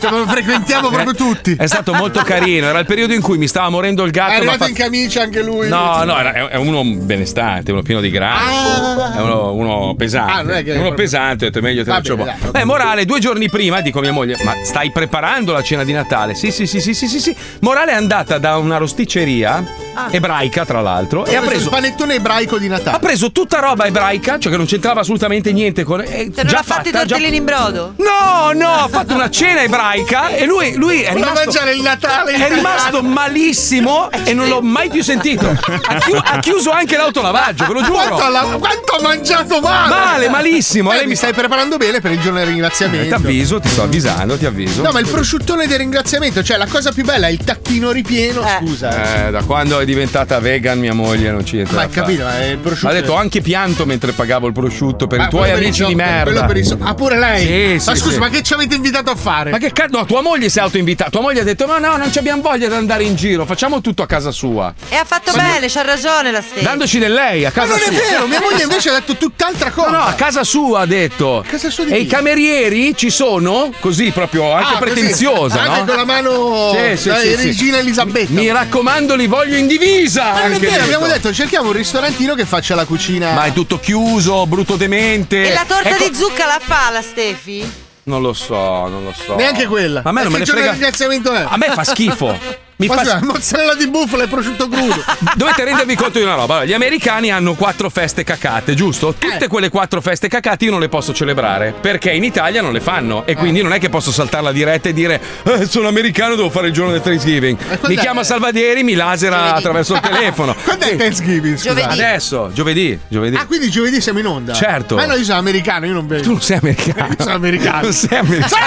cioè, ma lo frequentiamo proprio tutti. Eh, È stato molto carino, era il periodo in cui mi stava morendo il È gatto. ma arrivato fa- in camicia anche lui. No, no, era- è è uno benestante, uno pieno di grano. Ah. È uno, uno pesante. Ah, non è che- È uno pesante, ho detto meglio te Va la faccio bene, un po'. Eh, morale, due giorni prima dico a mia moglie: Ma stai preparando la cena di Natale? Sì, sì, sì, sì, sì, sì, sì. Morale è andata da una rosticceria ebraica, tra l'altro, e ha preso. il panettone ebraico di Natale. Ha preso tutta roba ebraica, cioè che non c'entrava assolutamente niente con. eh, Te non già ha fatto i fatta, già- tortellini in brodo? No, no, ha fatto una cena ebraica e lui, lui è Vuole rimasto. mangiare il Natale È italiano. rimasto malissimo Eh, e non l'ho mai più sentito. Ha, chiu- ha chiuso anche l'autolavaggio, ve lo giuro. Quanto, alla- quanto ha mangiato male? Male, malissimo. Eh, mi stai preparando bene per il giorno del Eh, ti ringraziamento. avviso, ti sto avvisando, ti avviso. No, ma il prosciuttone del ringraziamento, cioè la cosa più bella è il tacchino ripieno. Scusa. Eh, da quando è diventata vegan mia moglie non ci entra. Ma da fare. capito, ma è il prosciutto- Ha detto ho anche pianto mentre pagavo il prosciutto per Ma i tuoi quello per il amici di gioco, merda. quello per il so- Ah, pure lei? Sì, Ma sì, scusa, sì. ma che ci avete invitato a fare? Ma che cazzo? No, tua moglie si è autoinvitata. Tua moglie ha detto: No, no, non ci abbiamo voglia di andare in giro, facciamo tutto a casa sua. E ha fatto bene, c'ha ragione la stessa. Dandoci del lei a Ma casa non è sua. vero, mia moglie invece ha detto tutt'altra [laughs] cosa. No, no, a casa sua ha detto. Casa sua di e chi? i camerieri ci sono? Così proprio anche Ah, così. pretenziosa, Anche no? con la mano Sì, sì, dai, sì, sì. regina Elisabetta. Mi raccomando, li voglio in divisa. Ma non è anche vero, detto. abbiamo detto cerchiamo un ristorantino che faccia la cucina. Ma è tutto chiuso, brutto demente. E la torta Ecco- di zucca la fa la Stefi? Non lo so, non lo so. Neanche quella. Ma A me non Ma me ne che frega. giorno di ringraziamento è? A me fa schifo. Mi [laughs] Ma fa- scusa, mozzarella di bufala e [laughs] prosciutto crudo. Dovete rendervi conto di una roba. Allora, gli americani hanno quattro feste cacate, giusto? Eh. Tutte quelle quattro feste cacate io non le posso celebrare perché in Italia non le fanno e Eh. quindi non è che posso saltare la diretta e dire "Eh, sono americano, devo fare il giorno del Thanksgiving. Mi quand'è? chiama Salvaderi, mi lasera [laughs] attraverso il telefono. Quando è Thanksgiving? scusa? Adesso, giovedì, giovedì. Ah, quindi giovedì siamo in onda? Certo. Ma no, io sono americano, io non bevo. Tu non sei americano. Io sono americano. Non sei americano. Sono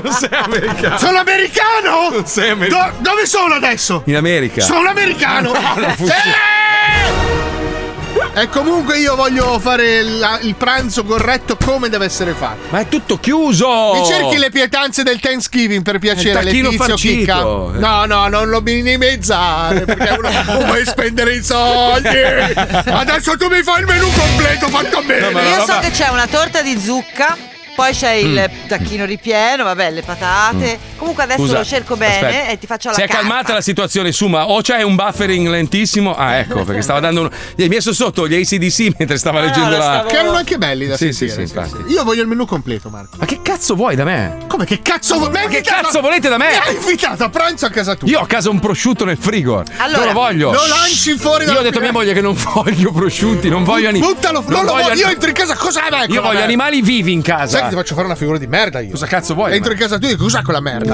americano! Non [laughs] sei americano. Sono americano! Non sei americano. dove sono adesso? In America. Ah, Sono americano! [laughs] No, non funziona. Eh! E comunque io voglio fare la- il pranzo corretto come deve essere fatto. Ma è tutto chiuso! Eh, Mi cerchi le pietanze del Thanksgiving per piacere, Il tacchino Letizio farcito. Chicca. No, no, non lo minimizzare perché [laughs] uno non puoi spendere i soldi. Adesso tu mi fai il menù completo fatto bene. Io so che c'è una torta di zucca, poi c'è il tacchino ripieno, vabbè, le patate. Comunque adesso Mm. Scusa, lo cerco bene aspetta. e ti faccio la Si è carta. calmata la situazione, su, ma o c'è un buffering lentissimo. Ah, ecco, perché stava dando un. Gli hai messo sotto gli ACDC mentre stava Ah, leggendo Ah, la. Che erano anche belli da Sì, sì, sentire. sì, infatti. Io voglio il menù completo, Marco. Ma che cazzo vuoi da me? Come che cazzo vo- mi hai Ma che invitato- cazzo volete da me? Mi hai invitato a pranzo a casa tua. Io ho a casa un prosciutto nel frigo. Allora, non lo voglio. lo lanci fuori Io dalla ho detto a mia finestra. moglie che non [laughs] voglio prosciutti, non voglio animali. Buttalo, non, lo voglio. Io entro in casa, cosa è? ecco, eh? Io voglio animali vivi in casa. Sai che ti faccio fare una figura di merda io. Cosa cazzo vuoi? Entro in casa tua e dico, cos'è [laughs] quella merda?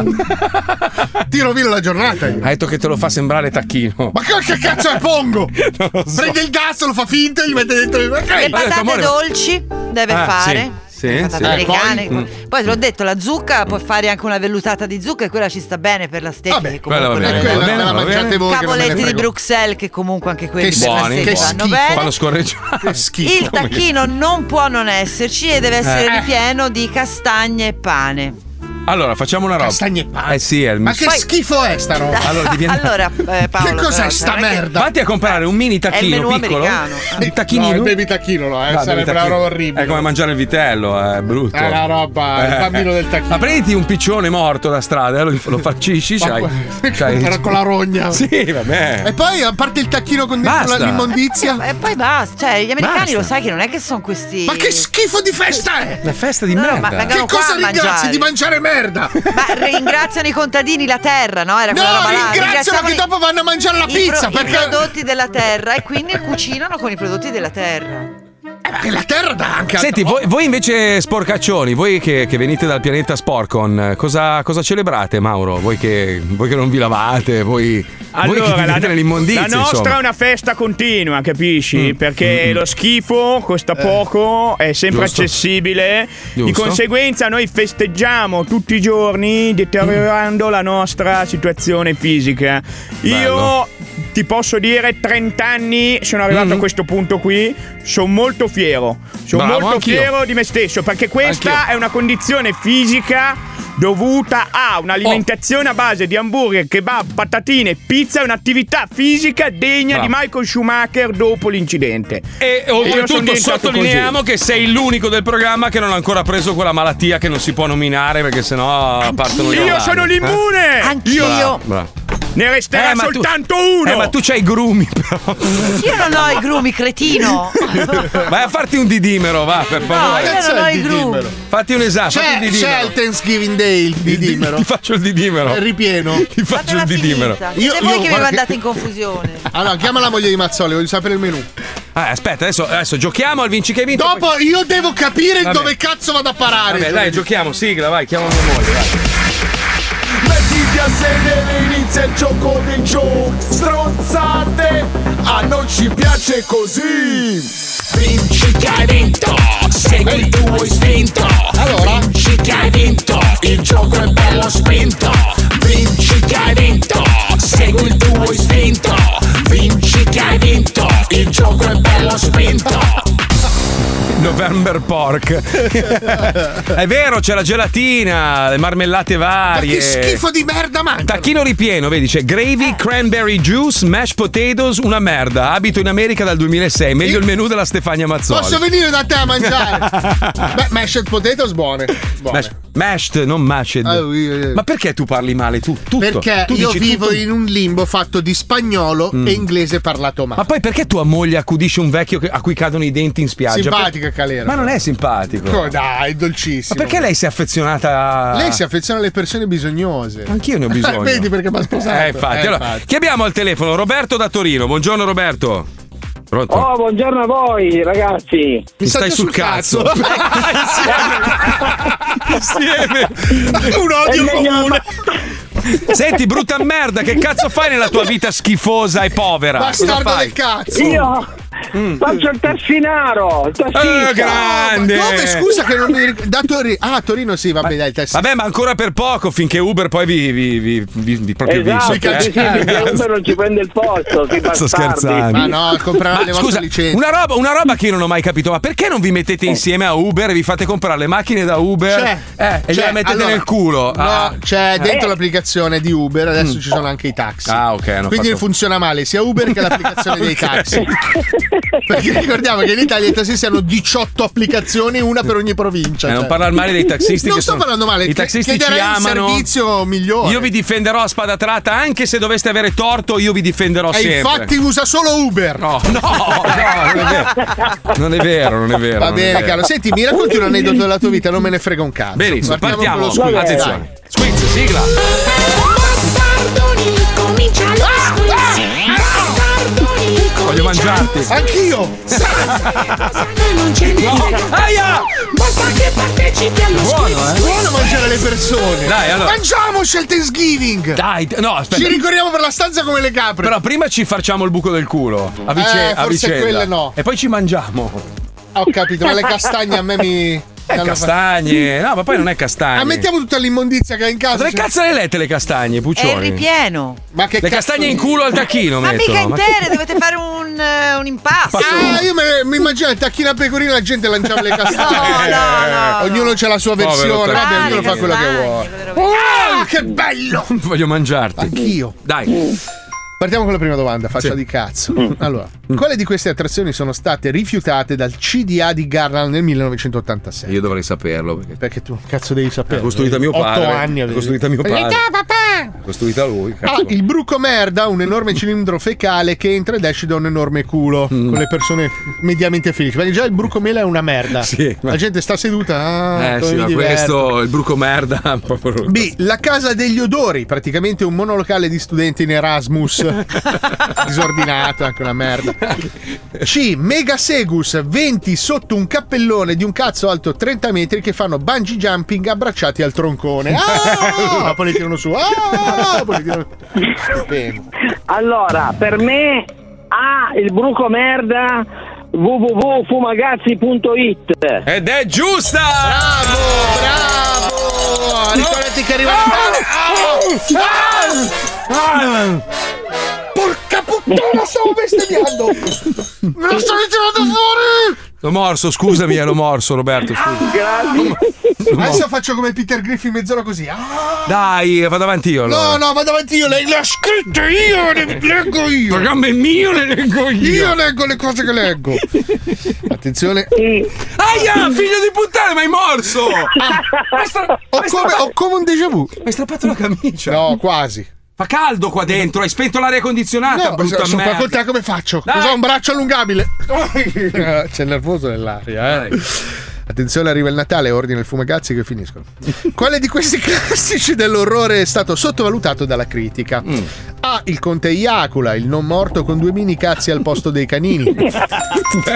Ti rovino la giornata io. Hai detto che te lo fa sembrare tacchino. Ma che, che cazzo è [laughs] pongo? Prende il dazzo, lo fa finta, gli mette dentro il Le patate dolci dolci deve Ah, fare. sì, Le sì, patate sì. Eh, americane. poi? poi te Mm. l'ho detto, la zucca puoi fare anche una vellutata di zucca e quella ci sta bene per la stessa. Vabbè, quella va bene, va bene, va bene. Cavoletti di Bruxelles che comunque anche quelli per la buoni, stessa vanno bene. Fanno scorreggiare. Il tacchino non può non esserci e deve essere Eh. ripieno di castagne e pane. Allora, facciamo una roba. Castagne e pane. Eh sì, è il Ma che schifo è [laughs] sta roba? Allora, diviene- Allora, eh, Paolo, Che cos'è però, sta sai che- merda? Vatti a comprare un mini È il tacchino menù piccolo. americano. Il tacchinino. No, il baby tacchino no, eh, No, sarebbe devi una roba tacchino. Ecco. orribile. È come mangiare il vitello, eh, è brutto. È una roba, il bambino del tacchino. Ma prenditi un piccione morto da strada, eh, lo, [laughs] lo farcisci, Ma c'hai. que- c'hai- [laughs] era con la rogna. Sì, vabbè. E poi a parte il tacchino con dentro Basta. la- l'immondizia. E poi basta, cioè gli americani Basta. lo sai che non è che sono questi. Ma che schifo di festa eh! è? La festa di merda. ma vengono che qua cosa a ringrazi mangiare. di mangiare merda? Ma ringraziano i contadini la terra, no? Era quella No, roba là. ringraziano Ringraziamo che i- dopo vanno a mangiare la i pizza, pro- perché- I prodotti della terra e quindi cucinano con i prodotti della terra. E la terra dà anche Senti, voi, voi invece sporcaccioni, voi che, che venite dal pianeta Sporcon, cosa, cosa celebrate, Mauro? Voi che, voi che non vi lavate, voi, voi che Allora, la, vivete nell'immondizia, la nostra insomma. Mm. è una festa continua, capisci? Perché lo schifo costa Eh. poco, è sempre Giusto. accessibile. Di Giusto. conseguenza, noi festeggiamo tutti i giorni deteriorando la nostra situazione fisica. Io ti posso dire, 30 anni sono arrivato Mm. a questo punto qui. Sono molto fiero. Sono Bravo, molto anch'io. fiero di me stesso perché questa Anch'io. è una condizione fisica. Dovuta a un'alimentazione Oh. a base di hamburger, kebab, patatine, pizza, è un'attività fisica degna Bravo. di Michael Schumacher dopo l'incidente. E io sono oltretutto diventato sottolineiamo così. che sei l'unico del programma che non ha ancora preso quella malattia che non si può nominare perché sennò partono gli Io allarmi, sono eh? l'immune! Bravo, bravo. Ne resterà Eh, ma tu- soltanto uno. Eh, ma tu c'hai i grumi, però. Io non ho i grumi, [laughs] cretino. [laughs] Vai a farti un didimero, va, per favore. io non Cazzo ho è il i grumi. didimero? Fatti un esatto, esame, C'è, fatti un c'è didimero. Eh, il Thanksgiving Day il didimero. Ti faccio il didimero. Ripieno. [laughs] Ti faccio il didimero. Siete voi che mi guarda mandate in confusione. [laughs] Allora, chiama la moglie di Mazzoli, voglio sapere il menù. Ah, aspetta, adesso, adesso giochiamo al vinci che hai vinto. Dopo io devo capire Vabbè. dove cazzo vado a parare. Vabbè, dai, giochiamo, sigla, vai, chiama mia moglie, vai. Mettiti a sedere, inizia il gioco del gioco Stronzate, a noi ci piace così Vinci che hai vinto, segui il tuo istinto Allora Vinci che hai vinto, il gioco è bello spinto Vinci che hai vinto, segui il tuo istinto Vinci che hai vinto, il gioco è bello spinto November Pork. [laughs] È vero, c'è la gelatina, le marmellate varie. Che schifo di merda manca. Tacchino ripieno, vedi, c'è Eh. gravy, cranberry juice, mashed potatoes, una merda. Abito in America dal 2006, meglio il menù della Stefania Mazzoli. Posso venire da te [laughs] a mangiare? Beh, mashed potatoes buone. buone. Mash- mashed, non mashed. Ah, oui, oui, oui. Ma perché tu parli male tu? Tutto. Perché Tu io dici vivo tutto- in un limbo fatto di spagnolo Mm. e inglese parlato male. Ma poi perché tua moglie accudisce un vecchio che- a cui cadono i denti in spiaggia? Simpatica Calera. Ma non è simpatico. Oh, dai, è Ma dolcissimo. perché lei si è affezionata a- Lei si affeziona alle persone bisognose. Anch'io ne ho bisogno. [laughs] Vedi perché mi ha sposato. Eh, infatti. Eh, allora, infatti. chi abbiamo al telefono? Roberto da Torino. Buongiorno, Roberto. Pronto? Oh, buongiorno a voi, ragazzi. Mi stai sul cazzo. [laughs] Insieme. Un odio comune. Senti, brutta merda, che cazzo fai nella tua vita schifosa e povera? Cosa fai? Io faccio il tassinaro. Il tassista. mm. Eh, grande. Dove scusa che non mi ricordo. Da Torino. Ah, a Torino sì, vabbè, dai, il tassista. Vabbè, ma ancora per poco, finché Uber poi vi, vi, vi, vi- vi- proprio vi Esatto, sotto- sì, sì, eh, perché cazzo. Uber non ci prende il posto. Che Sto bastardi. scherzando. compreranno Ma Ah, le vostre scusa, licenze. una roba, una roba che io non ho mai capito, ma perché non vi Eh. mettete insieme a Uber e vi fate comprare le macchine da Uber eh, e c'è, gliela mettete allora, nel culo? No, Ah. c'è dentro Eh. l'applicazione di Uber, adesso ci sono anche i taxi. Ah, ok, hanno Quindi fatto- Ah, funziona male sia Uber che l'applicazione [laughs] dei Ok. taxi. Perché ricordiamo che in Italia i tassisti hanno 18 applicazioni, una per ogni provincia. Eh, non cioè. parlare male dei taxisti. Non che sto sono- parlando male, I che- taxisti ci chiederei un amano. servizio migliore. Io vi difenderò a spada tratta, anche se doveste avere torto, io vi difenderò e sempre. infatti usa solo Uber. No, no, non è vero. [laughs] Non è vero, non è vero. Va non è bene, vero. caro. Senti, mi racconti un aneddoto della tua vita, non me ne frega un cazzo. Benissimo, partiamo. con lo squid. Attenzione. Squiz, sigla. Bastardoni, comincia lo Ah, squiz. Bastardoni, Voglio mangiarti. ah, Anch'io. non c'è niente. Aia! Basta che partecipi allo squiz. Buono, eh? Buono mangiare le persone. Dai, allora. Mangiamoci il Thanksgiving. Dai, d- no, aspetta. Ci ricorriamo per la stanza come le capre. Però prima ci facciamo il buco del culo. A, vice- Eh, a forse vicenda. quelle no. E poi ci mangiamo. Ah, Ho capito, ma le castagne a me mi. [laughs] Eh, danno- castagne. No, ma poi non è castagne. mm. Ah, mettiamo tutta l'immondizia che hai in casa. Ma dove cioè. cazzo le hai lette le castagne, È il Puccioni? ripieno. Ma che le cazzo castagne di- in culo al tacchino Ma mica mettono. Ma che- intere, dovete fare un, eh, un impasto. Ah, io me- mi immagino il tacchino a pecorino la [laughs] gente lanciava le castagne. No, Eh, no, no. Ognuno c'ha la sua Povero versione, tacchino. vabbè, Ah, ognuno le fa quello che vuole. Ah, che bello! [laughs] Voglio mangiarti. Anch'io. Dai. Partiamo con la prima domanda, faccia Sì. Mm. di cazzo. Allora, quale di queste attrazioni sono state rifiutate dal CDA di Garland nel 1986? Io dovrei saperlo perché Perché tu cazzo devi sapere. L'ha costruita mio padre. Otto anni. L'ha avevi. costruita mio Perché- padre. Ah, papà! l'ha costruita lui. Ah, cazzo. il bruco merda, un enorme cilindro fecale che entra ed esce da un enorme culo Mm. con le persone mediamente felici. Perché già il bruco mela è una merda. Sì, ma- La gente sta seduta. Ah, eh come sì, mi ma diverto. questo, il bruco merda. [laughs] proprio- B. La casa degli odori, praticamente un monolocale di studenti in [laughs] Erasmus. Eh, [laughs] Disordinato, anche una merda. C. Mega Segus, 20 sotto un cappellone di un cazzo alto 30 metri che fanno bungee jumping abbracciati al troncone. Ah, poi li tirano su. Ah, poi li tirano Stupendo. Allora, per me A il bruco merda www.fumagazzi.it Ed è giusta! Bravo, bravo! Ricordati che arriva Natale. ah, Porca puttana, stavo [laughs] bestemmiando! Me lo sto tirando fuori! L'ho morso, scusami, l'ho morso, Roberto. Scusa. Adesso faccio come Peter Griffin mezz'ora così. Ah! Dai, vado avanti io. Allora. No, no, vado avanti io, lei l'ha scritto io, le leggo io. Le gambe mie le leggo io. Io leggo le cose che leggo. Attenzione. Aia, figlio di puttana, mi hai morso! Ah. Ho come, ho come un déjà vu. Mi hai strappato la camicia. No, quasi. Fa caldo qua dentro, hai spento l'aria condizionata, No, brutta sono sono qua merda. con te come faccio? Dai. Cos'ho un braccio allungabile? [laughs] C'è il nervoso nell'aria, eh. Attenzione, arriva il Natale, ordina il fumagazzi che finiscono. Quale [laughs] di questi classici dell'orrore è stato sottovalutato dalla critica? Mm. A. Ah, Il conte Iacula, il non morto con due mini cazzi al posto dei canini.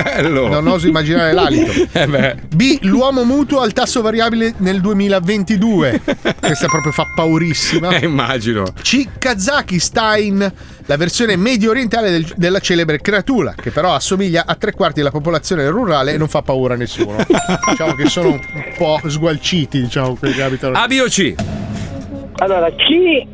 Bello. Non oso immaginare l'alito. [laughs] Eh beh. B. L'uomo mutuo al tasso variabile nel 2022. Questa proprio fa paurissima. Eh, immagino. C. Kazakistan, la versione medio orientale del- della celebre creatura, che però assomiglia a tre quarti della popolazione rurale e non fa paura a nessuno. diciamo che sono un po' sgualciti, diciamo, quelli che abitano. A, B o C? Allora, C.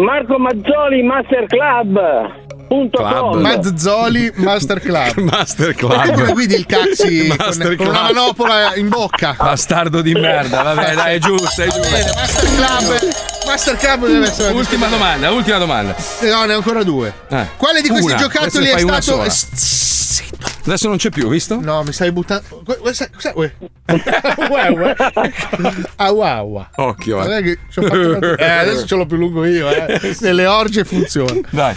Marco Mazzoli Master Club. Punto com. Mazzoli Master [laughs] Club. Master Perché Club. pure guidi [laughs] il taxi con- Master con, una Club. manopola in bocca? Bastardo di merda, vabbè, dai, è giusto, è giusto. Master Club. Master Club deve essere la Ultima domanda, ultima domanda. Eh, No, ne ho ancora due. Eh. Quale di questi Una, adesso giocattoli ne è fai una stato. sola. s- s- Adesso non c'è più, visto? No, mi stai buttando. que- Questa, cos'è? Uè. Uè, uè. Au, au. Occhio, Guarda eh. che ci ho [laughs] fatto tanto- eh, adesso ce l'ho più lungo io, eh. Nelle orge funziona. Dai.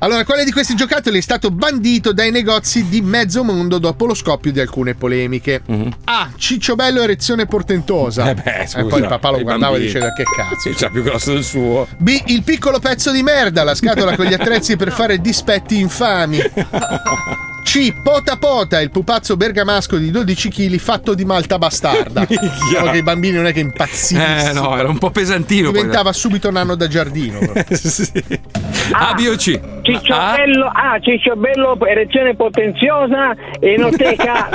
Allora, quale di questi giocattoli è stato bandito dai negozi di mezzo mondo dopo lo scoppio di alcune polemiche? A. Cicciobello erezione portentosa. Mhm. Eh beh, scusa, e poi il papà lo i guardava e bambini. diceva che cazzo. Sì, c'ha più grosso del suo. B. Il piccolo pezzo di merda, la scatola con gli attrezzi per fare dispetti infami. C. Pota Pota, il pupazzo bergamasco di 12 kg fatto di [laughs] malta bastarda. Diciamo che i bambini non è che impazzissero. Eh no, era un po' pesantino. poi. Diventava subito nano da giardino. [laughs] A, B o C? Cicciobello, ah, Cicciobello, erezione potenziosa, [laughs] enoteca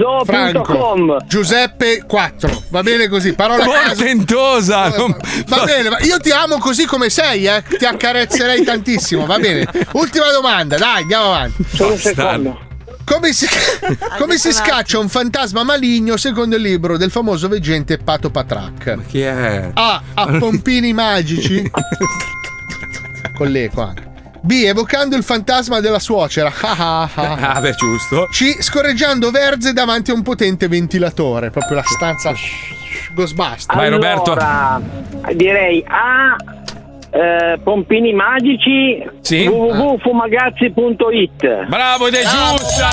Oh, Franco, zoo.com. Giuseppe 4. Va bene così, parola a caso. Portentosa. non- Va bene, ma io ti amo così come sei, eh. Ti accarezzerei tantissimo, va bene. Ultima domanda, dai, andiamo avanti. Solo un secondo. Come si, [laughs] come si scaccia un fantasma maligno secondo il libro del famoso veggente Pato Patrac? Chi è? A. [laughs] A pompini magici. Con l'eco anche. B. Evocando il fantasma della suocera. Ah, ah, ah. Ah, beh, giusto. C. Scorreggiando verze davanti a un potente ventilatore. Proprio la stanza. Ghostbuster. allora, Direi a eh, Pompini Magici Sì. www.fumagazzi.it. Bravo ed è giusta!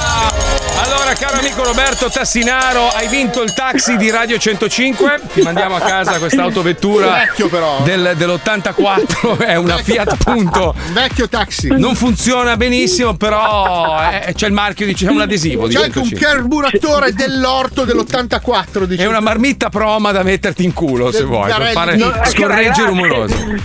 Allora, caro amico Roberto Tassinaro, hai vinto il taxi di Radio 105. Ti mandiamo a casa questa autovettura Vecchio però. eh. del- dell'84. È una Fiat Punto. Vecchio taxi. Non funziona benissimo, però eh, c'è il marchio, di- c'è un adesivo. di C'è anche un 105. carburatore dell'orto dell'84. È una marmitta proma da metterti in culo se vuoi, per fare No, eh, scorreggi ragazzi. rumoroso. Non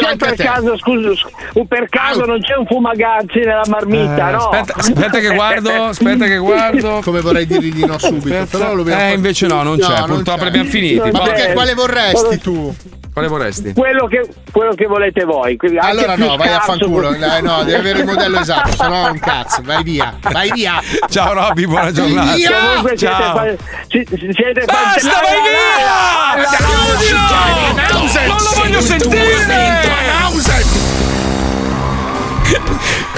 c'è per caso, scusa, scu- per caso non c'è un fumagazzi nella marmita, Eh, no? aspetta, aspetta che guardo, aspetta che guardo. [laughs] Come vorrei dirgli di no subito, Aspetta. però lo abbiamo Eh, fatto- invece no, non No, c'è. non Purtroppo c'è. li abbiamo finiti. Ma Poi- perché quale vorresti tu? Quale vorresti? [laughs] Quello che, quello che volete voi. quindi anche Allora più no, vai a scarso, fanculo. pur- Dai, no, devi avere il modello esatto, sennò è un cazzo. Vai via, vai via. [laughs] Ciao Robby, buona giornata. Via! Comunque siete Ciao. fa- si- si- siete Basta, fantasi- vai via! Chiudilo! Non lo voglio sentire!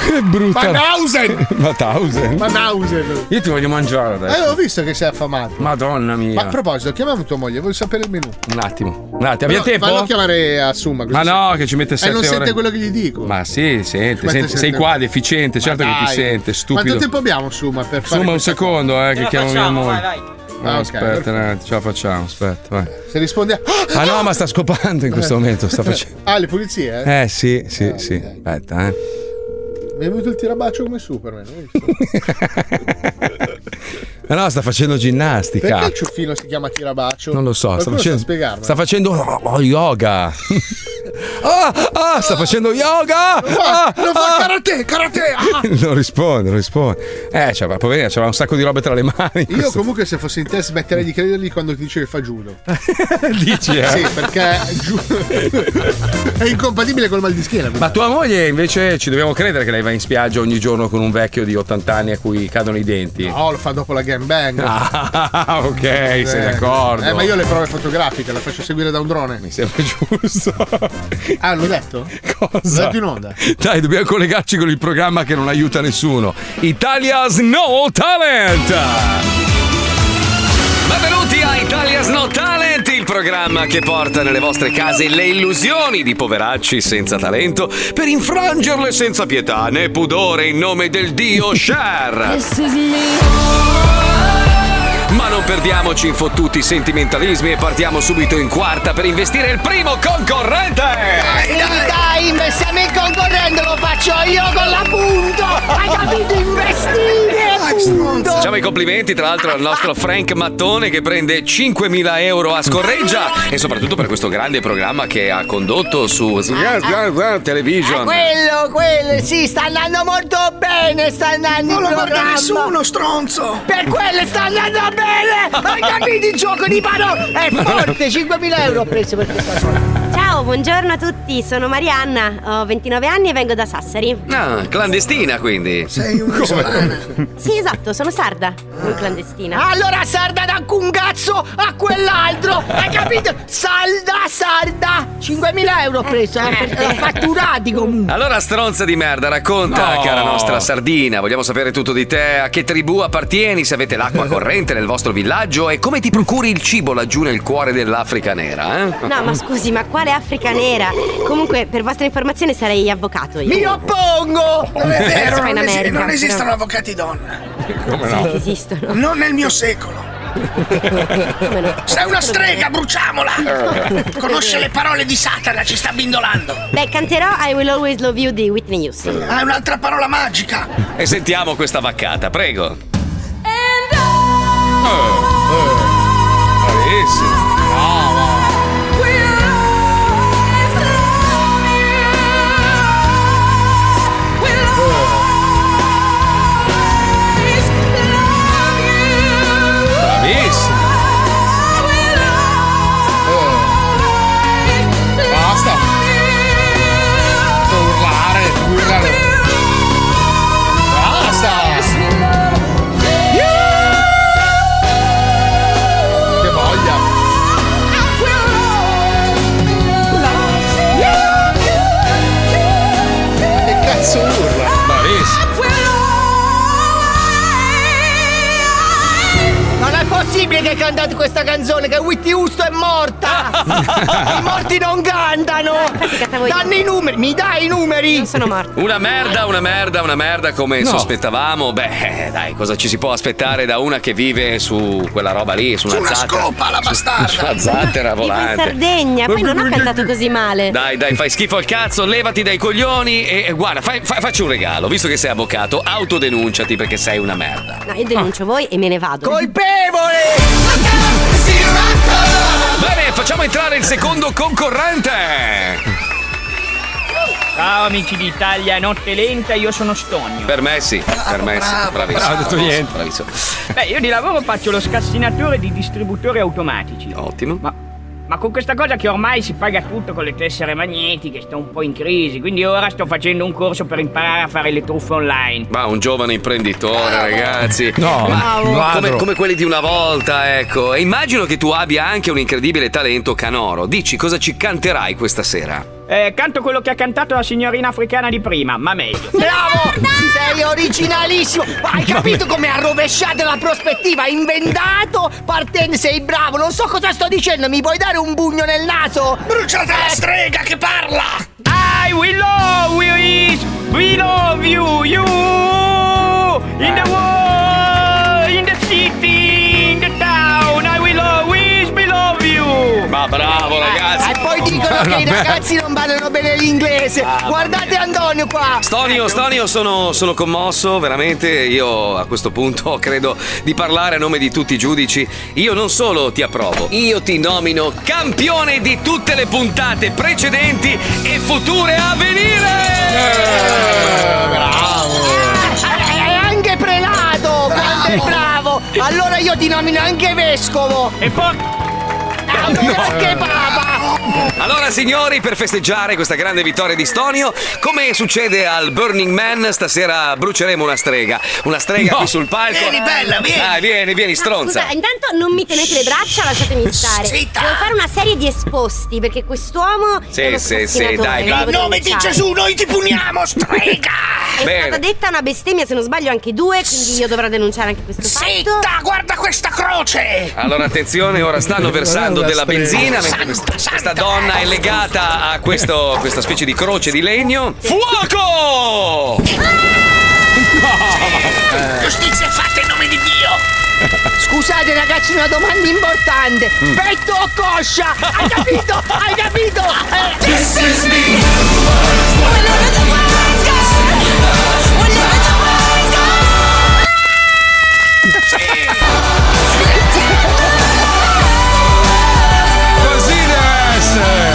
Che brutta. Mannhausen! Mauthausen. Mannhausen! Io ti voglio mangiare Eh, adesso. ho visto che sei affamato. Madonna mia. Ma a proposito, chiamiamo tua moglie, voglio sapere il menù. Un attimo. Un attimo, abbiamo No, Fallo a tempo? chiamare a Summa. così Ma sente. no, che ci mette Eh, non sette sente ore. quello che gli dico. Ma sì, sente, sente. Quanto sente? sei qua deficiente, certo che ti Dai. sente, Quanto stupido. tempo abbiamo, Summa, per fare Insomma, un questa secondo, eh, che la chiamo mia facciamo, moglie. vai, No, Ah, ok, aspetta, un attimo, ce la facciamo, aspetta, vai. cosa? Se risponde a... Ah no, ma sta scopando in [laughs] questo momento, sta facendo. Ah, le pulizie, eh? Eh sì, sì, sì. Aspetta, eh. Mi è venuto il tirabaccio come Superman. hai visto? Ma no, sta facendo Perché ginnastica. il ciuffino si chiama tirabaccio? Non lo so, sta Qualcuno facendo. sa spiegarmelo? sta facendo oh, oh, yoga. [laughs] ah, ah, sta facendo [laughs] yoga! Lo fa, Ah, lo fa ah. karate, karate! ah! Non risponde, non risponde. Eh, cioè, ma poverina, c'aveva un sacco di robe tra le mani. Io questo- comunque se fossi in te smetterei di credergli quando ti dice che fa judo. Dici, eh? Sì, perché [laughs] ju- [laughs] è incompatibile col mal di schiena. Ma tua moglie invece ci dobbiamo credere che lei va in spiaggia ogni giorno con un vecchio di 80 anni a cui cadono i denti. No, Oh, lo fa dopo la gang bang. Ah, [laughs] ok, sei d'accordo. Eh, ma io le prove fotografiche le faccio seguire da un drone. Mi sembra giusto. [laughs] Ah, l'ho detto? Cosa? L'ho detto in onda. Dai, dobbiamo collegarci con il programma che non aiuta nessuno. Italia's No Talent! Benvenuti a Italia's No Talent, il programma programma che porta nelle vostre case le illusioni di poveracci senza talento per infrangerle senza pietà né pudore in nome del dio Shar. Ma non perdiamoci in fottuti sentimentalismi e partiamo subito in quarta per investire il primo concorrente! Dai, dai, dai, stiamo il concorrente, lo faccio io con l'appunto! Hai capito? Investire! appunto! Facciamo i complimenti tra l'altro al nostro Frank Mattone che prende 5.000 euro a scorreggia e soprattutto per questo grande programma che ha condotto su Eh, Television. Quello, quello, sì, sta andando molto bene, sta andando Non lo guarda nessuno, stronzo! Per quello sta andando bene! Hai capito il gioco di parole? È forte, 5.000 euro ho preso per questa cosa. Ciao, buongiorno a tutti, sono Marianna, ho 29 anni e vengo da Sassari. Ah, clandestina quindi. Sei un Sì, esatto, sono sarda, non clandestina. Allora sarda da un cazzo a quell'altro, hai capito? Salda, sarda! 5.000 euro ho preso, eh, per- eh, fatturati comunque! Allora, stronza di merda, racconta, No. cara nostra sardina. Vogliamo sapere tutto di te. A che tribù appartieni? Se avete [laughs] l'acqua corrente nel vostro villaggio e come ti procuri il cibo laggiù nel cuore dell'Africa nera? Eh? No, ma scusi, ma quale Africa nera? Comunque, per vostra informazione sarei avvocato io. Mi oppongo! Non è vero, non esi- non esistono avvocati donna. Come no? Sì, esistono. Non nel mio secolo. Sei una strega, bruciamola! Conosce le parole di Satana, ci sta bindolando. Beh, canterò I Will Always Love You di Whitney Houston. Ah, è un'altra parola magica. E sentiamo questa vaccata, prego. Eh. Bravissimo. Basta. Non urlare, urlare. Basta. Che voglia. Che cazzo urla? [laughs] Non è possibile che hai cantato questa canzone, che Whitney Houston è morta! [laughs] I morti non cantano! Danno i numeri, mi dai i numeri! Non sono morto. Una merda, una merda, una merda come No. sospettavamo. Beh, eh, dai, cosa ci si può aspettare da una che vive su quella roba lì, su una, Su una zattera? scopa, la Su- bastarda. Su una zattera Vivo in volante. Sardegna, poi non ho cantato così male. Dai, dai, fai schifo al cazzo, levati dai coglioni e, e guarda, fai, fai- facci un regalo, visto che sei avvocato, autodenunciati perché sei una merda. No, io denuncio voi e me ne vado. Colpevole! Bene, facciamo entrare il secondo concorrente. Ciao amici d'Italia, notte lenta, io sono Stonio. Permessi, permessi, bravo, bravissimo. bravo, detto bravissimo, niente. bravissimo. Beh, io di lavoro faccio lo scassinatore di distributori automatici. Ottimo. Ma, ma con questa cosa che ormai si paga tutto con le tessere magnetiche, sto un po' in crisi, quindi ora sto facendo un corso per imparare a fare le truffe online. Ma un giovane imprenditore, ragazzi. No, Ma bravo. come, ladro. come quelli di una volta, ecco. E immagino che tu abbia anche un incredibile talento canoro. Dici cosa ci canterai questa sera? Eh, canto quello che ha cantato la signorina africana di prima, ma meglio. Bravo! Sei originalissimo! Ma Hai capito come ha rovesciato la prospettiva? Hai inventato partendo, sei bravo, non so cosa sto dicendo, mi puoi dare un bugno nel naso? Eh. Bruciata la strega che parla! I will love you is we love you you in the world in the city in the town I will always be love you Ma bravo Ah, ragazzi E poi dicono [laughs] che i ragazzi non parlano bene l'inglese! Ah, Guardate Antonio qua! Stonio, Stonio, sono, sono commosso, veramente. Io a questo punto [laughs] credo di parlare a nome di tutti i giudici. Io non solo ti approvo, io ti nomino campione di tutte le puntate precedenti e future a venire! È anche prelato! Quanto è bravo! Allora io eh, ti nomino anche vescovo! E poi... Anche papa! Allora, signori, per festeggiare questa grande vittoria di Stonio, come succede al Burning Man, stasera bruceremo una strega. Una strega No. qui sul palco. Vieni, bella, vieni. Dai, vieni, vieni, stronza. Scusa, intanto non mi tenete le braccia, lasciatemi stare. Devo fare una serie di esposti perché quest'uomo. è Sì, uno sì, sì, scassinatore, dai, lo devo In nome di denunciare. Gesù, noi ti puniamo, strega! È Bene. stata detta una bestemmia, se non sbaglio, anche due, quindi io dovrò denunciare anche questo fatto. Zitta, guarda questa croce! Allora attenzione, ora stanno versando della Guarda strega. benzina mentre questa, questa donna è legata a questo- questa specie di croce di legno. Fuoco! Eh. Giustizia è fatta in nome di Dio! Scusate ragazzi, una domanda importante. Mm. Petto o coscia? Hai capito? Hai capito? Eh, This is me. Così deve essere!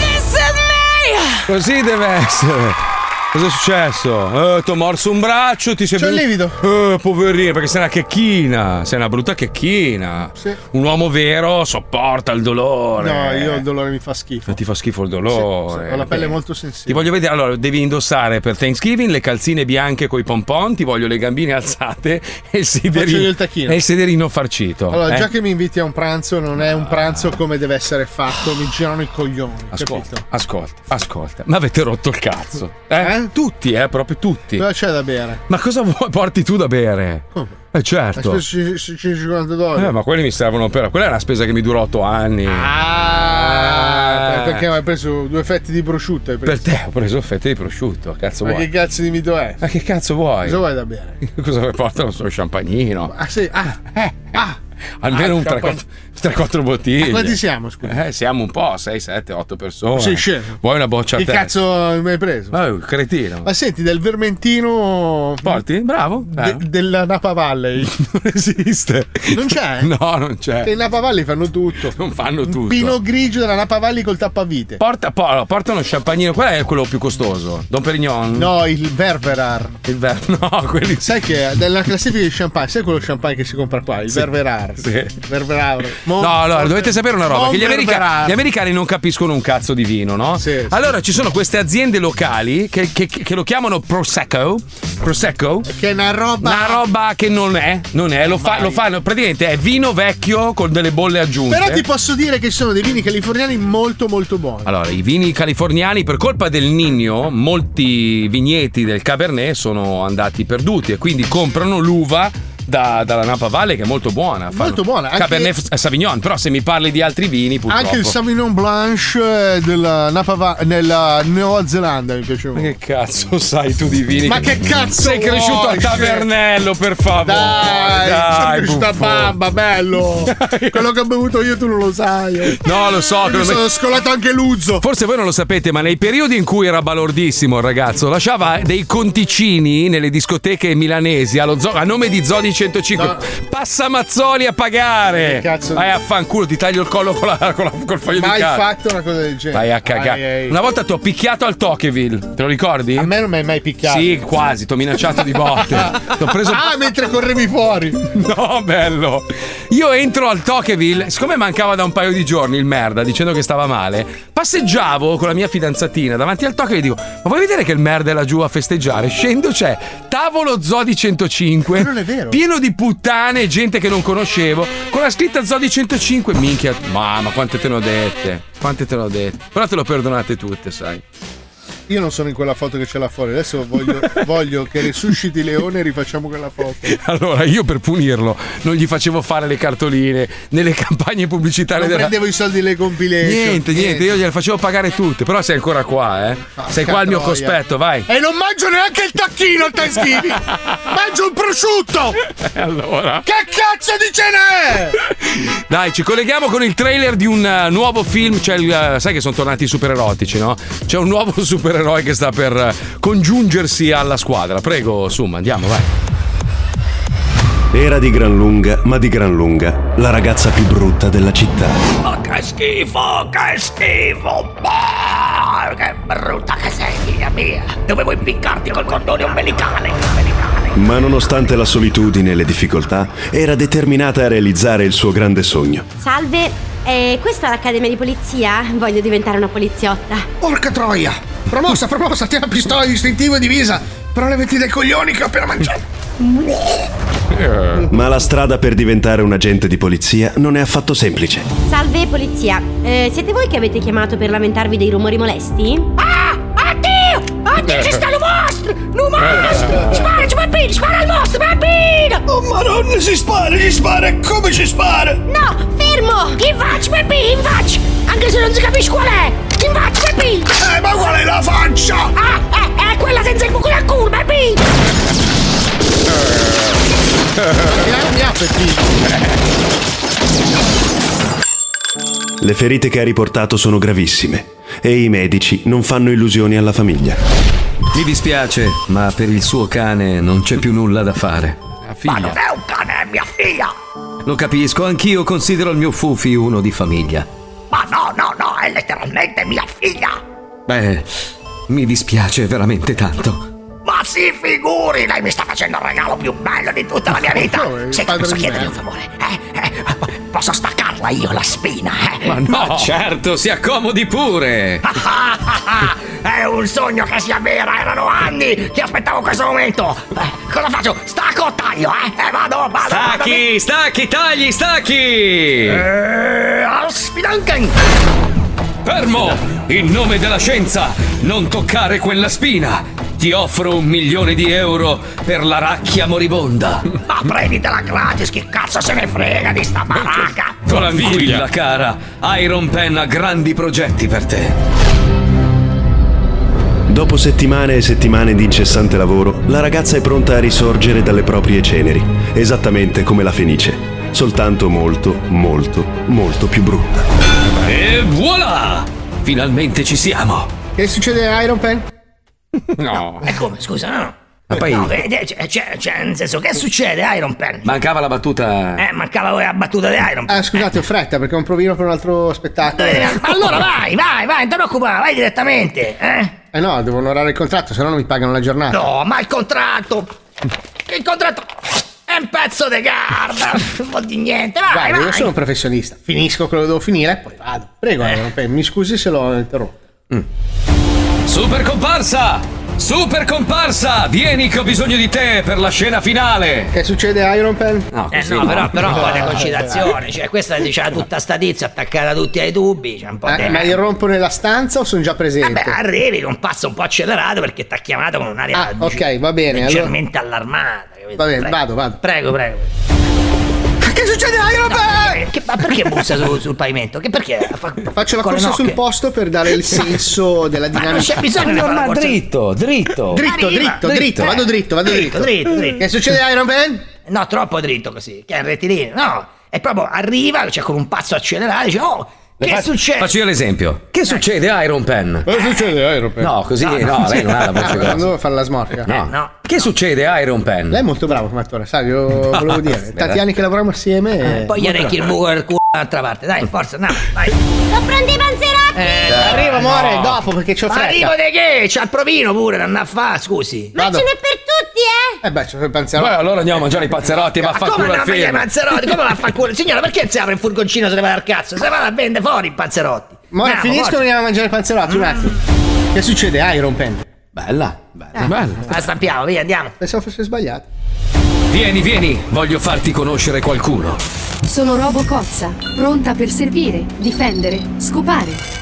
This is me! Così deve essere. Cosa è successo? Eh, ti ho morso un braccio, ti sei C'ho il livido. Eh, poverino, perché sei una checchina. Sei una brutta checchina. Sì. Un uomo vero sopporta il dolore. No, io il dolore mi fa schifo. Ti fa schifo il dolore. Ho la pelle Beh. molto Ti sensibile. voglio vedere, allora devi indossare per Thanksgiving le calzine bianche coi pompon, ti voglio le gambine alzate e il io sederino, il tacchino. e il sederino farcito. Allora, eh? Ah. già che mi inviti a un pranzo, non è un pranzo come deve essere fatto, mi girano i coglioni, capito? Ascolta, ascolta, ma avete rotto il cazzo. Eh? Tutti, eh, proprio tutti. Cosa c'è da bere? Ma cosa vuoi porti tu da bere? Eh certo. Aspetta, ci- ci- ci- 50 dollari. Eh, ma quelli mi servono per. Quella è una spesa che mi dura otto anni. Ah, Eh. perché hai preso due fetti di prosciutto? Hai Per preso? te ho preso fette di prosciutto, cazzo Ma vuoi? che cazzo di mito è? Ma che cazzo vuoi? Cosa vuoi da bere? [laughs] Cosa vuoi portare? Non so, champagnino. Ah, sì, ah, eh, ah. Almeno Ah, un champagne. 3-4 bottiglie. Quanti siamo, scusa? Eh, siamo un po', 6, 7, 8 persone. Sei scemo. Vuoi una boccia Che a testa? cazzo mi hai preso? Ma è un cioè, cretino. Ma senti, del vermentino. Porti? Bravo. De- della Napa [laughs] Valley. non esiste. Non c'è? [laughs] [laughs] No, non c'è. Che in Napa Valley fanno tutto. Non fanno tutto. Pino grigio della Napa Valley col tappavite. Porta, po- allora, porta uno champagnino. Qual è quello più costoso? Don Perignon? No, il Ververar. Il ver- no, quelli. Sai che è della classifica di champagne, sai quello champagne che si compra qua? Il Ververar. Sì. Ververar. Mo- No, allora dovete sapere una roba: Mon che gli, america- Ververar. gli americani non capiscono un cazzo di vino, no? allora ci sono queste aziende locali che, che- che lo chiamano Prosecco. Prosecco? Che è una roba. Una roba che non è, non è, lo, fa- lo fanno. Praticamente è vino vecchio con delle bolle aggiunte. Però ti posso dire che ci sono dei vini californiani molto molto buoni. Allora, i vini californiani, per colpa del Nino, molti vigneti del Cabernet sono andati perduti e quindi comprano l'uva da- dalla Napa Valle che è molto buona. Molto buona, anche- Cabernet eh, Sauvignon, però se mi parli di altri vini, purtroppo. Anche il Sauvignon Blanche eh, della Napa Va- nella Nuova Zelanda mi piaceva. Ma che cazzo sai tu di vini? Ma che cazzo Sei cresciuto vuoi? al Tavernello, per favore. Dai, sono dai, cresciuto a buffo. bamba, bello. Quello che ho bevuto io tu non [laughs] lo sai. eh. No, lo so. Mi sono scolato anche Luzzo. Forse voi non lo sapete, ma nei periodi in cui era balordissimo il ragazzo, lasciava dei conticini nelle discoteche milanesi allo zo- a nome di Zodi 105. Passa Mazzoli a pagare. Vai a fanculo, ti taglio il collo con la- con la- col foglio di Mai carta. fatto una cosa del genere. Vai a Ai, cagare. ai. Una volta ti ho picchiato al Tokeville, te lo ricordi? A me non mi hai mai picchiato. Sì, quasi, ti ho minacciato di [laughs] botte. T'ho preso- Ah, mentre correvi fuori. [laughs] No, bello. Io entro al Tokeville, siccome mancava da un paio di giorni il merda, dicendo che stava male, passeggiavo con la mia fidanzatina davanti al Tokeville e dico: Ma vuoi vedere che il merda è laggiù a festeggiare? Scendo, c'è tavolo Zodi 105. Pieno di puttane e gente che non conoscevo. Con la scritta Zodi 105. Minchia, mamma, quante te ne ho dette. Quante te ne ho dette. Però te lo perdonate tutte, [laughs] sai. Io non sono in quella foto che c'è là fuori. Adesso [laughs] voglio, voglio che risusciti Leone e rifacciamo quella foto. Allora, io per punirlo non gli facevo fare le cartoline nelle [laughs] campagne pubblicitarie Non della, prendevo i soldi delle compilation. Niente, niente, io gliele facevo pagare tutte, però sei ancora qua, eh. Ah, sei qua al mio troia. cospetto, vai. E non mangio neanche il tacchino al Thanksgiving. mangio un prosciutto. [laughs] allora. Che cazzo di cena è? Dai, ci colleghiamo con il trailer di un eh, nuovo film, c'è il, eh, sai che sono tornati i supererotici, no? C'è un nuovo [laughs] supereroe che sta per eh, congiungersi alla squadra. Prego, Summa, andiamo, vai. Era di gran lunga, ma di gran lunga, la ragazza più brutta della città. Ma che schifo, che schifo! Bah, che brutta che sei, figlia mia! Dovevo impiccarti col cordone ombelicale! Ma nonostante la solitudine e le difficoltà, era determinata a realizzare il suo grande sogno. Salve, Eh, questa è l'accademia di polizia? Voglio diventare una poliziotta. Porca troia! Promossa, promossa, tieni la pistola istintiva e divisa. Però levati dai coglioni che ho appena mangiato. Eh, Ma la strada per diventare un agente di polizia non è affatto semplice. Salve polizia, Eh, siete voi che avete chiamato per lamentarvi dei rumori molesti? Ah! Addio! Oggi ci stanno mostri! Non mostri! Sparaci bambini, spara al mostro, bambino! Oh madonna, si spara, si spara, come si spara? No, fermo! Invacci, bambini, invacci! Anche se non si capisce qual è! Invacci, bambini! Eh, ma qual è la faccia? Ah, eh, è quella senza il buco dal culo, bambini! Eh. Le ferite che ha riportato sono gravissime e i medici non fanno illusioni alla famiglia. Mi dispiace, ma per il suo cane non c'è più nulla da fare. Ma non è un cane, è mia figlia! Lo capisco, anch'io considero il mio Fufi uno di famiglia. Ma no, no, no, è letteralmente mia figlia! Beh, mi dispiace veramente tanto. Ma si figuri, lei mi sta facendo il regalo più bello di tutta la mia vita! Se posso chiederle un favore, eh? Eh, Posso staccarla io la spina, eh? Ma no, certo, si accomodi pure. Ah, ah, ah, È un sogno che sia vera, erano anni che aspettavo questo momento. Eh, cosa faccio? Stacco o taglio, eh? Eh, vado, vado, vado. Stacchi, stacchi, tagli, stacchi! Eh, aus Flanken! Fermo! In nome della scienza, non toccare quella spina! Ti offro un milione di euro per la racchia moribonda. Ma prenditela gratis, chi cazzo se ne frega di sta baracca? Tranquilla, cara. Iron Pen ha grandi progetti per te. Dopo settimane e settimane di incessante lavoro, la ragazza è pronta a risorgere dalle proprie ceneri, esattamente come la Fenice, soltanto molto, molto, molto più brutta. E voilà! Finalmente ci siamo! Che succede a Iron Pen? No. E Eh, come, scusa, Eh, cioè, no? Ma poi- Ah. No, vedi, c'è, c'è, c'è, nel senso, che succede, Iron Pen? Mancava la battuta. Eh, mancava la battuta di Iron Pen. Ah, scusate, ho fretta perché ho un provino per un altro spettacolo. Eh, ma [laughs] allora vai, vai, vai, non ti preoccupare, vai direttamente, eh? Eh no, devo onorare il contratto, se no non mi pagano la giornata. No, ma il contratto! Il contratto è un pezzo di carta! Non vuol dire niente, vai, Guarda, vai! io sono un professionista. Finisco quello che devo finire e poi vado. Prego, Eh. Iron Pen, mi scusi se l'ho interrotto. Super comparsa! Super comparsa! Vieni che ho bisogno di te per la scena finale! Che succede a Iron Pen? No, Ah, Eh no, però, però un po' di concitazione, cioè questa diceva tutta sta tizia attaccata a tutti ai tubi, c'è un po' Eh, di... Eh ma irrompo nella stanza o sono già presente? Beh, arrivi con un passo un po' accelerato perché ti ha chiamato con un'aria Ah, ok, va bene. leggermente allarmata. capito? Va bene, Prego. vado, vado. Prego, prego. Che succede a Iron ma perché bussa su- sul pavimento? Che perché? Fa- Faccio la con le corsa sul nocche? posto per dare [laughs] il senso della Ma dinamica. non c'è bisogno di fare la corsa. eh. dritto, dritto. Dritto, dritto, dritto, vado dritto, vado dritto. dritto, dritto. Che succede a Iron Man? No, troppo dritto così, che è un rettilineo. No, e proprio arriva, cioè con un passo accelerato, dice, oh, che succede? Eh. Faccio io l'esempio. Che succede, Iron Pen? Cosa Eh, succede Iron Pen? No, così, no, lei non ha la [laughs] voce grossa. Ah, Non devo fare la smorfia. Eh, No. Che succede, Iron Pen? Lei è molto bravo come attore, sai, io Eh, volevo dire. Tanti anni che lavoriamo assieme. Eh, Poi gli molto orecchi il bravo. buco del culo dall'altra parte, dai, forza, [laughs] andiamo, vai. Lo prendi i panzerotti! Eh, Arrivo, amore, no. dopo perché c'ho Ma fretta. Arrivo di che? C'ha il provino pure, da andare a fa, scusi. Ma Vado. ce n'è per tutti, eh! Eh beh, c'ho il panzerotto. Beh, allora andiamo a mangiare i pazzerotti e va a Ma far come culo al andiamo a mangiare i film. panzerotti? Come va a far culo? Signora, perché si apre il furgoncino se ne va al cazzo? Se ne va a vendere fuori i panzerotti. Ma ora Andiamo, finisco e forza. andiamo a mangiare il panzerotto un attimo. Mm. Che succede Iron Pen? Bella, bella, bella. La stampiamo, via, andiamo. Pensavo fosse sbagliato. Vieni, vieni, voglio farti conoscere qualcuno. Sono Robo Cozza, pronta per servire, difendere, scopare.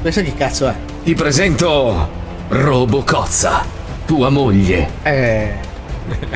Questo che cazzo è? Ti presento Robo Cozza, tua moglie. Eh.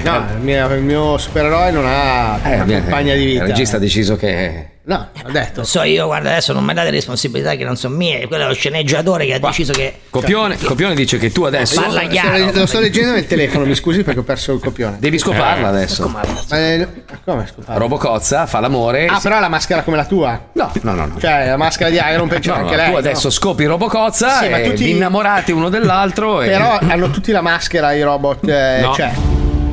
No, [laughs] il mio, il mio supereroe non ha una compagna di vita. Eh, Il regista ha deciso che. No, ho detto. Non so io, guarda, adesso non mi date responsabilità che non sono mie. Quello è lo sceneggiatore che ha deciso che. Copione, Copione dice che tu adesso. Parla Io chiaro. sto- Lo sto leggendo nel telefono, mi scusi perché ho perso il copione. Devi scoparla adesso. Ma, eh, come scoparla? Robo Cozza fa l'amore. Ah, però la maschera come la tua? No, no, no. no. Cioè, la maschera di Iron Pen c'è No, no, anche lei. tu adesso no? scopi Robo Cozza Sì, ma e tutti- vi innamorate uno dell'altro. E... Però hanno tutti la maschera i robot, eh, No. cioè.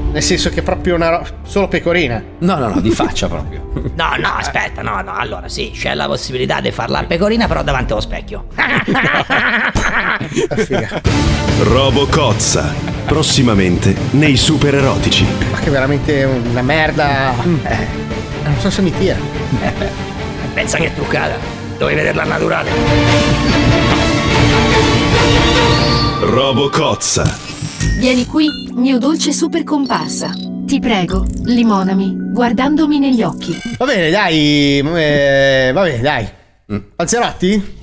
Nel senso che è proprio una ro- solo pecorina. No, no, no, di faccia [laughs] proprio. No, no, aspetta, no, no. Allora, sì, c'è la possibilità di farla a pecorina, però davanti allo specchio. Ah, Robo Cozza. Prossimamente nei super erotici. Eh, Ma che è veramente una merda. Eh, non so se mi tira. Pensa che truccata. Dovevi vederla naturale. Robo Cozza. Vieni qui, mio dolce super comparsa. Ti prego, limonami, guardandomi negli occhi. Va bene, dai. eh, va bene, dai. Mm. Alzerotti?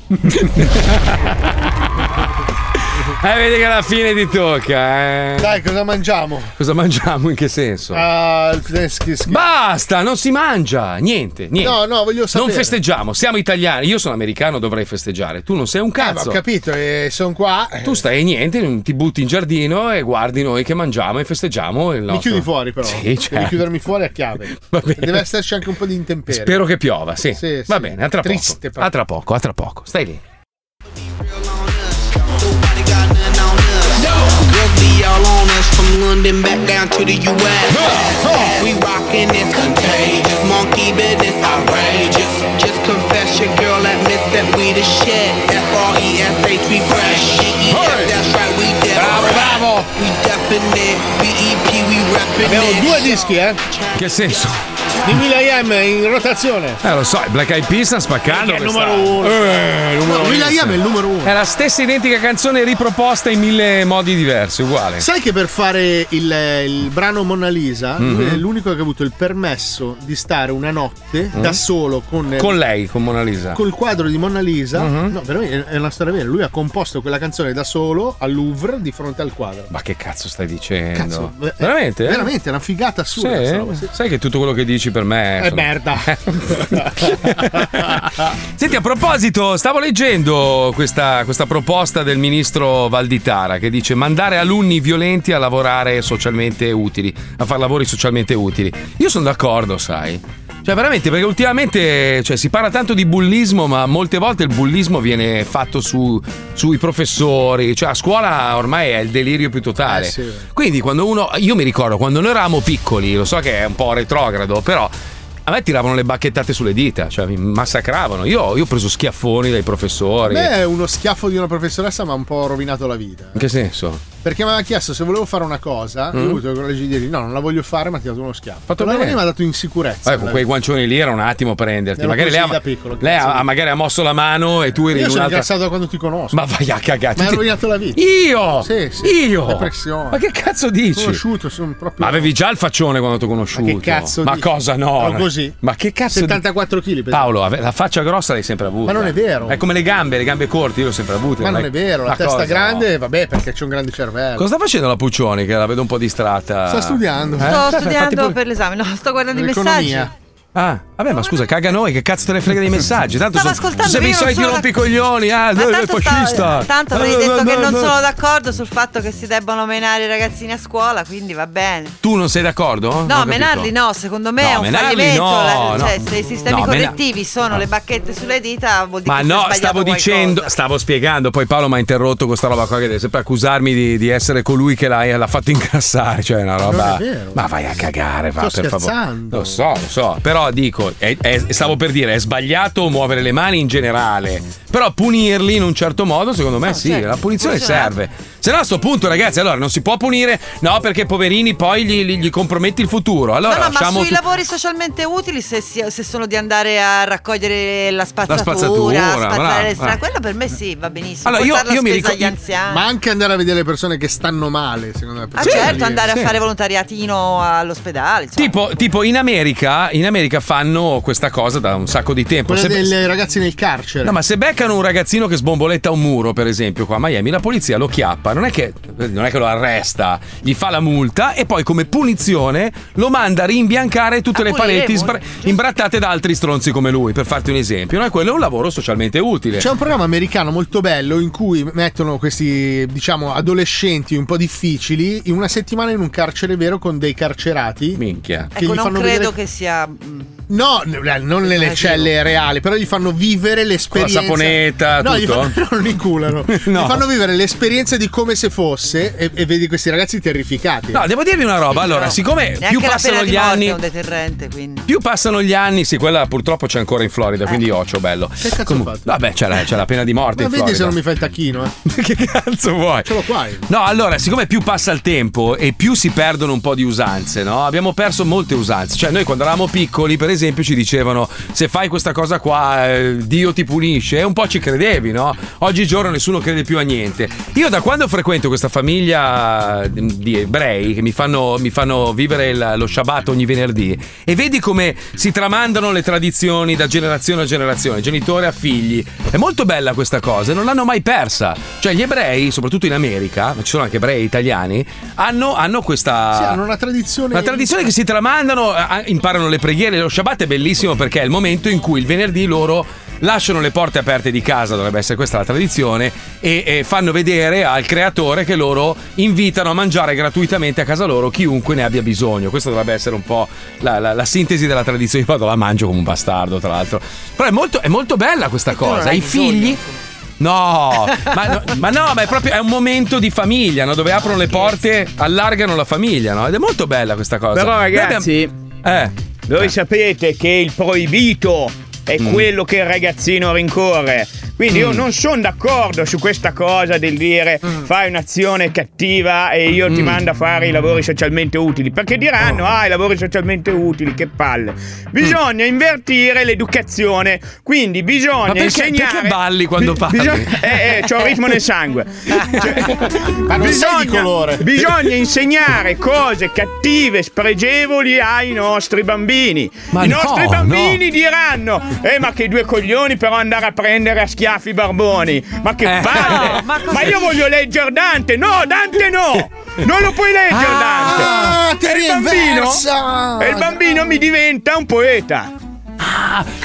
Eh, vedi che alla fine ti tocca, eh. Dai, cosa mangiamo? Cosa mangiamo? In che senso? Ah, il freschi schifo. Certo. Basta, non si mangia, niente, niente. No, no, voglio sapere. Non festeggiamo, siamo italiani. Io sono americano, dovrei festeggiare. Tu non sei un Eh, ma cazzo. ho capito, eh, sono qua. tu stai niente, ti butti in giardino e guardi noi che mangiamo e festeggiamo il nostro. Mi chiudi fuori, però. Sì, Devi certo. chiudermi fuori a chiave. Va bene. Deve esserci anche un po' di intemperie. Spero che piova, sì. Sì, Va sì. bene, a tra Triste poco. A tra poco, a tra poco. Stai lì. Girls be all on us from London back down to the US. We rockin' it's contagious. Monkey business outrageous. Just confess your girl admits that we the shit. F R E S H we fresh. G-E-F, that's right, we dead. Bravo. We deafin' it. B E P we reppin' Abbiamo it. due dischi, eh? Che senso? Di Will.i.am in rotazione. Eh, lo so, i Black Eyed Peas stanno spaccando. Perché è il quest'anno. numero uno. Eh, il numero No, Will.i.am è il numero uno. È la stessa identica canzone riproposta in mille modi diversi, uguale. Sai che per fare il, il brano Mona Lisa, lui Mhm. è l'unico che ha avuto il permesso di stare una notte Mm. da solo con, Con lei, con Mona Lisa. Mhm. Col quadro di Mona Lisa, no, veramente è una storia vera. Lui ha composto quella canzone da solo al Louvre di fronte al quadro. Ma che cazzo stai dicendo? Cazzo, eh, veramente? eh? Veramente, è una figata Sì, Eh, assurda. sta roba, sì. Eh, Sai che tutto quello che dici per me È [laughs] merda. Senti, a proposito, stavo leggendo questa, questa proposta del ministro Valditara che dice mandare alunni violenti a lavorare socialmente utili, a fare lavori socialmente utili. Io sono d'accordo, sai. Cioè, veramente, perché ultimamente cioè, si parla tanto di bullismo, ma molte volte il bullismo viene fatto su- sui professori. Cioè, a scuola ormai è il delirio più totale. Eh, sì. Quindi quando uno, io mi ricordo quando noi eravamo piccoli, lo so che è un po' retrogrado, però a me tiravano le bacchettate sulle dita, cioè mi massacravano. Io, io ho preso schiaffoni dai professori. Beh, è uno schiaffo di una professoressa, ma un po' rovinato la vita. In che senso? Perché mi aveva chiesto se volevo fare una cosa, io ho Mm. avuto il coraggio di dirgli no, non la voglio fare, ma ti ha dato uno schiaffo. Fatto Allora bene. lei mi ha dato in sicurezza. Vabbè, con quei guancioni lì era un attimo prenderti. Ero magari lei, ha, così da piccolo, lei cazzo. ha- magari ha mosso la mano e tu eri Io in sono un'altra. ingrassato da quando ti conosco. Ma vai a cagare. Mi ha Tutti- rovinato la vita. Io? Sì, sì. Io? Depressione. Ma che cazzo dici? Conosciuto, sono proprio. Ma avevi già il faccione quando ti ho conosciuto. Che cazzo Ma dici? cosa no? Ero così. Ma che cazzo? di- 74 kg Paolo, ave- la faccia grossa l'hai sempre avuta. Ma non è vero. È come le gambe, le gambe corte, io le ho sempre avute. Ma non è vero, la ma testa cosa? grande, vabbè, perché c'è un grande cervello. Cosa sta facendo la Puccioni che la vedo un po' distratta? Sta studiando. Sto Eh? studiando Fatti pure- per l'esame, no, sto guardando i messaggi. L'economia. Ah, vabbè, ma scusa, caga noi, che cazzo te ne frega dei messaggi? Tanto Stavo sono, ascoltando, sempre i io non soliti sono- rompicoglioni, Ma ah, lui è tanto, sta- fascista. tanto avrei Ah, detto no, che no, non no. sono d'accordo sul fatto che si debbano menare i ragazzini a scuola, quindi va bene. Tu non sei d'accordo? Non ho No, capito. menarli no, secondo me No, è un menarli fallimento. no, la- cioè, no. se i sistemi No, mena- correttivi sono le bacchette sulle dita, vuol dire Ma che si è no, sbagliato stavo qualcosa. dicendo, stavo spiegando, poi Paolo mi ha interrotto con sta roba qua che deve sempre accusarmi di, di essere colui che l'ha, l'ha fatto ingrassare, cioè è una roba... Oh, Ma vai a cagare, va, Sto per favore. scherzando. Lo so, lo so, però dico, è- è- stavo per dire, è sbagliato muovere le mani in generale, però punirli in un certo modo, secondo Ah, me sì, la punizione serve. Se no a sto punto, ragazzi, allora non si può punire, no, perché poverini poi gli, gli- gli comprometti il futuro. Allora, No, no, ma lasciamo sui tu- lavori socialmente utili, se, si- se sono di andare a raccogliere la spazzatura, spazzatura, spazzare bravo, Eh. le strade, bravo. quello per me sì, va benissimo. Allora, Portare la spesa ricordo- agli anziani. Ma anche andare a vedere le persone che stanno male, secondo me. Ah, perché- certo, andare sì. a fare volontariatino all'ospedale. insomma. Tipo, tipo in, America, in America fanno questa cosa da un sacco di tempo. Quella cioè, Se- dei Eh, ragazzi nel carcere. No, ma se beccano un ragazzino che sbomboletta un muro, per esempio, qua a Miami, la polizia lo chiappa, non è che, non è che lo arresta, gli fa la multa e poi come punizione lo manda a rimbiancare tutte le pulire, pareti molto sbra- imbrattate da altri stronzi come lui, per farti un esempio. No, E quello è un lavoro socialmente utile. C'è un programma americano molto bello in cui mettono questi, diciamo, adolescenti un po' difficili in una settimana in un carcere vero con dei carcerati. Minchia. Che Ecco, gli non fanno credo vedere... che sia. mm, No, n- non nelle celle reali, però gli fanno vivere l'esperienza. saponetta, no, Gli tutto? fanno, non li culano. Gli fanno vivere l'esperienza di come se fosse e, e vedi questi ragazzi terrificati. No, devo dirvi una roba. Allora, No. siccome Neanche più la passano pena gli di morte anni. è un deterrente, quindi. Più passano gli anni, sì, quella purtroppo c'è ancora in Florida, quindi occhio bello. Che Eh. cazzo Comunque, Vabbè, c'è la, c'è la pena di morte Ma in vedi Florida. se non mi fai il tacchino, eh. [laughs] che cazzo vuoi? Ce l'ho qua. eh. io. No, allora, siccome più passa il tempo e più si perdono un po' di usanze, no? Abbiamo perso molte usanze. Cioè, noi quando eravamo piccoli secoli, per esempio, ci dicevano se fai questa cosa qua eh, Dio ti punisce. E un po' ci credevi, no? Oggigiorno nessuno crede più a niente. Io da quando frequento questa famiglia di di ebrei che mi fanno, mi fanno vivere il- lo Shabbat ogni venerdì e vedi come si tramandano le tradizioni da generazione a generazione, genitore a figli. È molto bella questa cosa, e non l'hanno mai persa. Cioè gli ebrei, soprattutto in America, ma ci sono anche ebrei italiani, hanno, hanno questa... Sì, hanno una tradizione. La Ah. tradizione che si tramandano, eh, imparano le preghiere, lo Shabbat è bellissimo perché è il momento in cui il venerdì loro lasciano le porte aperte di casa, dovrebbe essere questa la tradizione, e, e fanno vedere al creatore che loro invitano a mangiare gratuitamente a casa loro chiunque ne abbia bisogno. Questa dovrebbe essere un po' la, la- la sintesi della tradizione. Io vado la mangio come un bastardo, tra l'altro. Però è molto, è molto bella questa cosa. hai I figli... No ma, no, ma no, ma è proprio è un momento di famiglia, no? dove aprono le porte, allargano la famiglia, no? ed è molto bella questa cosa. Però Noi abbiamo- ragazzi, Eh. voi sapete che il proibito è Mm. quello che il ragazzino rincorre. Quindi io Mm. non sono d'accordo su questa cosa del dire Mm. fai un'azione cattiva e io ti mando a fare i lavori socialmente utili. Perché Oh. diranno, ah, i lavori socialmente utili, che palle. Bisogna invertire l'educazione. Quindi bisogna Mm. Ma perché, insegnare... perché balli quando parli? Bisogna- eh, eh, c'ho il ritmo nel [laughs] sangue. Cioè, Ma non sei di colore. bisogna insegnare cose cattive, spregevoli ai nostri bambini. Ma I no, nostri no. bambini diranno: Eh, ma che due coglioni però andare a prendere a schiaffi i barboni. Ma Eh. che palle! No, ma, io voglio leggere Dante! No, Dante no! Non lo puoi leggere, Dante! Ah, ti E il bambino, rinversa! e il bambino mi diventa un poeta.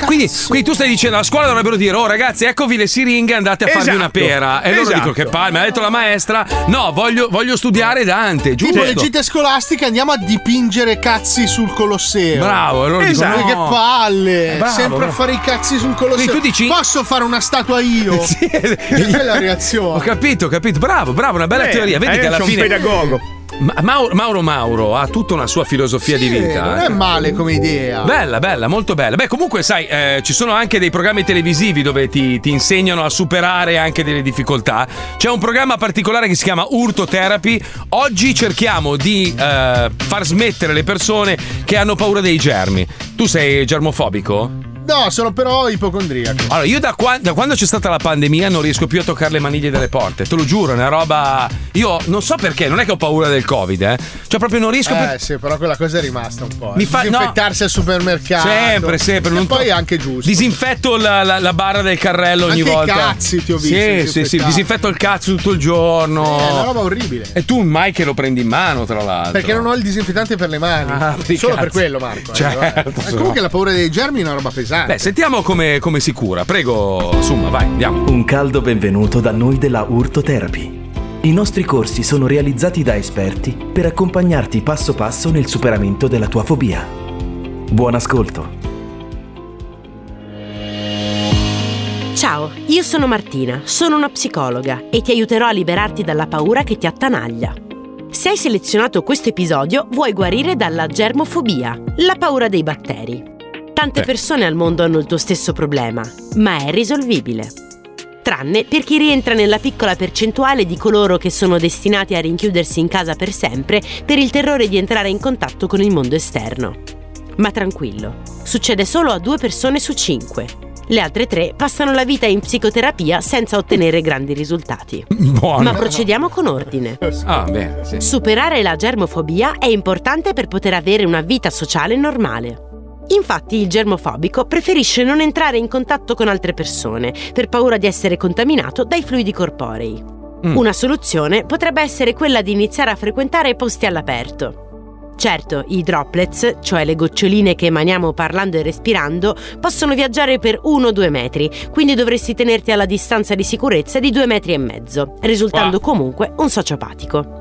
Quindi, quindi tu stai dicendo alla scuola dovrebbero dire: Oh, ragazzi, eccovi le siringhe, andate a farvi Esatto. una pera. E loro Esatto. dicono: Che palle, mi ha detto la maestra. No, voglio, voglio studiare Dante, Tipo giusto? le [laughs] gite scolastiche andiamo a dipingere cazzi sul Colosseo. Bravo, allora dico, Esatto. no. Che palle! Eh, bravo, Sempre a bravo. fare i cazzi sul Colosseo. Quindi tu dici- Posso fare una statua io? [laughs] Sì. Quella è la reazione. Ho capito, ho capito. Bravo, bravo, una bella Eh, teoria. Vedi eh, che alla c'è un fine. pedagogo. Ma- Mauro, Mauro Mauro ha tutta una sua filosofia di vita. [laughs] non eh. è male come idea. Bella, bella, molto bella. Beh, comunque, sai, eh, ci sono anche dei programmi televisivi dove ti, ti insegnano a superare anche delle difficoltà. C'è un programma particolare che si chiama Urto Therapy. Oggi cerchiamo di eh, far smettere le persone che hanno paura dei germi. Tu sei germofobico? No, sono però ipocondriaco. Allora, io da, qua- da quando c'è stata la pandemia non riesco più a toccare le maniglie delle porte, te lo giuro, è una roba. Io non so perché, non è che ho paura del Covid, eh. Cioè, proprio non riesco più. Eh sì, però quella cosa è rimasta un po'. eh. Mi fa- no. Disinfettarsi al supermercato. Sempre, sempre. E non poi to- è anche giusto. Disinfetto la, la- la barra del carrello ogni Anche i volta. cazzi ti ho visto Sì, sì, sì. disinfettati. Disinfetto il cazzo tutto il Eh, È una giorno. roba orribile. e tu mai che lo prendi in mano, tra l'altro. Perché non ho il disinfettante per le mani. per i Solo cazzi. per quello, Marco. eh, Ah, Certo, guarda. Ma se no. comunque la paura dei germi è una roba pesante. Beh, sentiamo come, come si cura. Prego, Summa, vai, andiamo. Un caldo benvenuto da noi della Urto Therapy. I nostri corsi sono realizzati da esperti per accompagnarti passo passo nel superamento della tua fobia. Buon ascolto! Ciao, io sono Martina, sono una psicologa e ti aiuterò a liberarti dalla paura che ti attanaglia. Se hai selezionato questo episodio, vuoi guarire dalla germofobia, la paura dei batteri. Tante Eh. persone al mondo hanno il tuo stesso problema, ma è risolvibile. Tranne per chi rientra nella piccola percentuale di coloro che sono destinati a rinchiudersi in casa per sempre per il terrore di entrare in contatto con il mondo esterno. Ma tranquillo, succede solo a due persone su cinque. Le altre tre passano la vita in psicoterapia senza ottenere grandi risultati. Buono. Ma procediamo con ordine. Ah, bene, sì. Superare la germofobia è importante per poter avere una vita sociale normale. Infatti il germofobico preferisce non entrare in contatto con altre persone per paura di essere contaminato dai fluidi corporei. Mm. Una soluzione potrebbe essere quella di iniziare a frequentare posti all'aperto. Certo, i droplets, cioè le goccioline che emaniamo parlando e respirando, possono viaggiare per 1-2 metri, quindi dovresti tenerti alla distanza di sicurezza di 2 metri e mezzo, risultando comunque un sociopatico.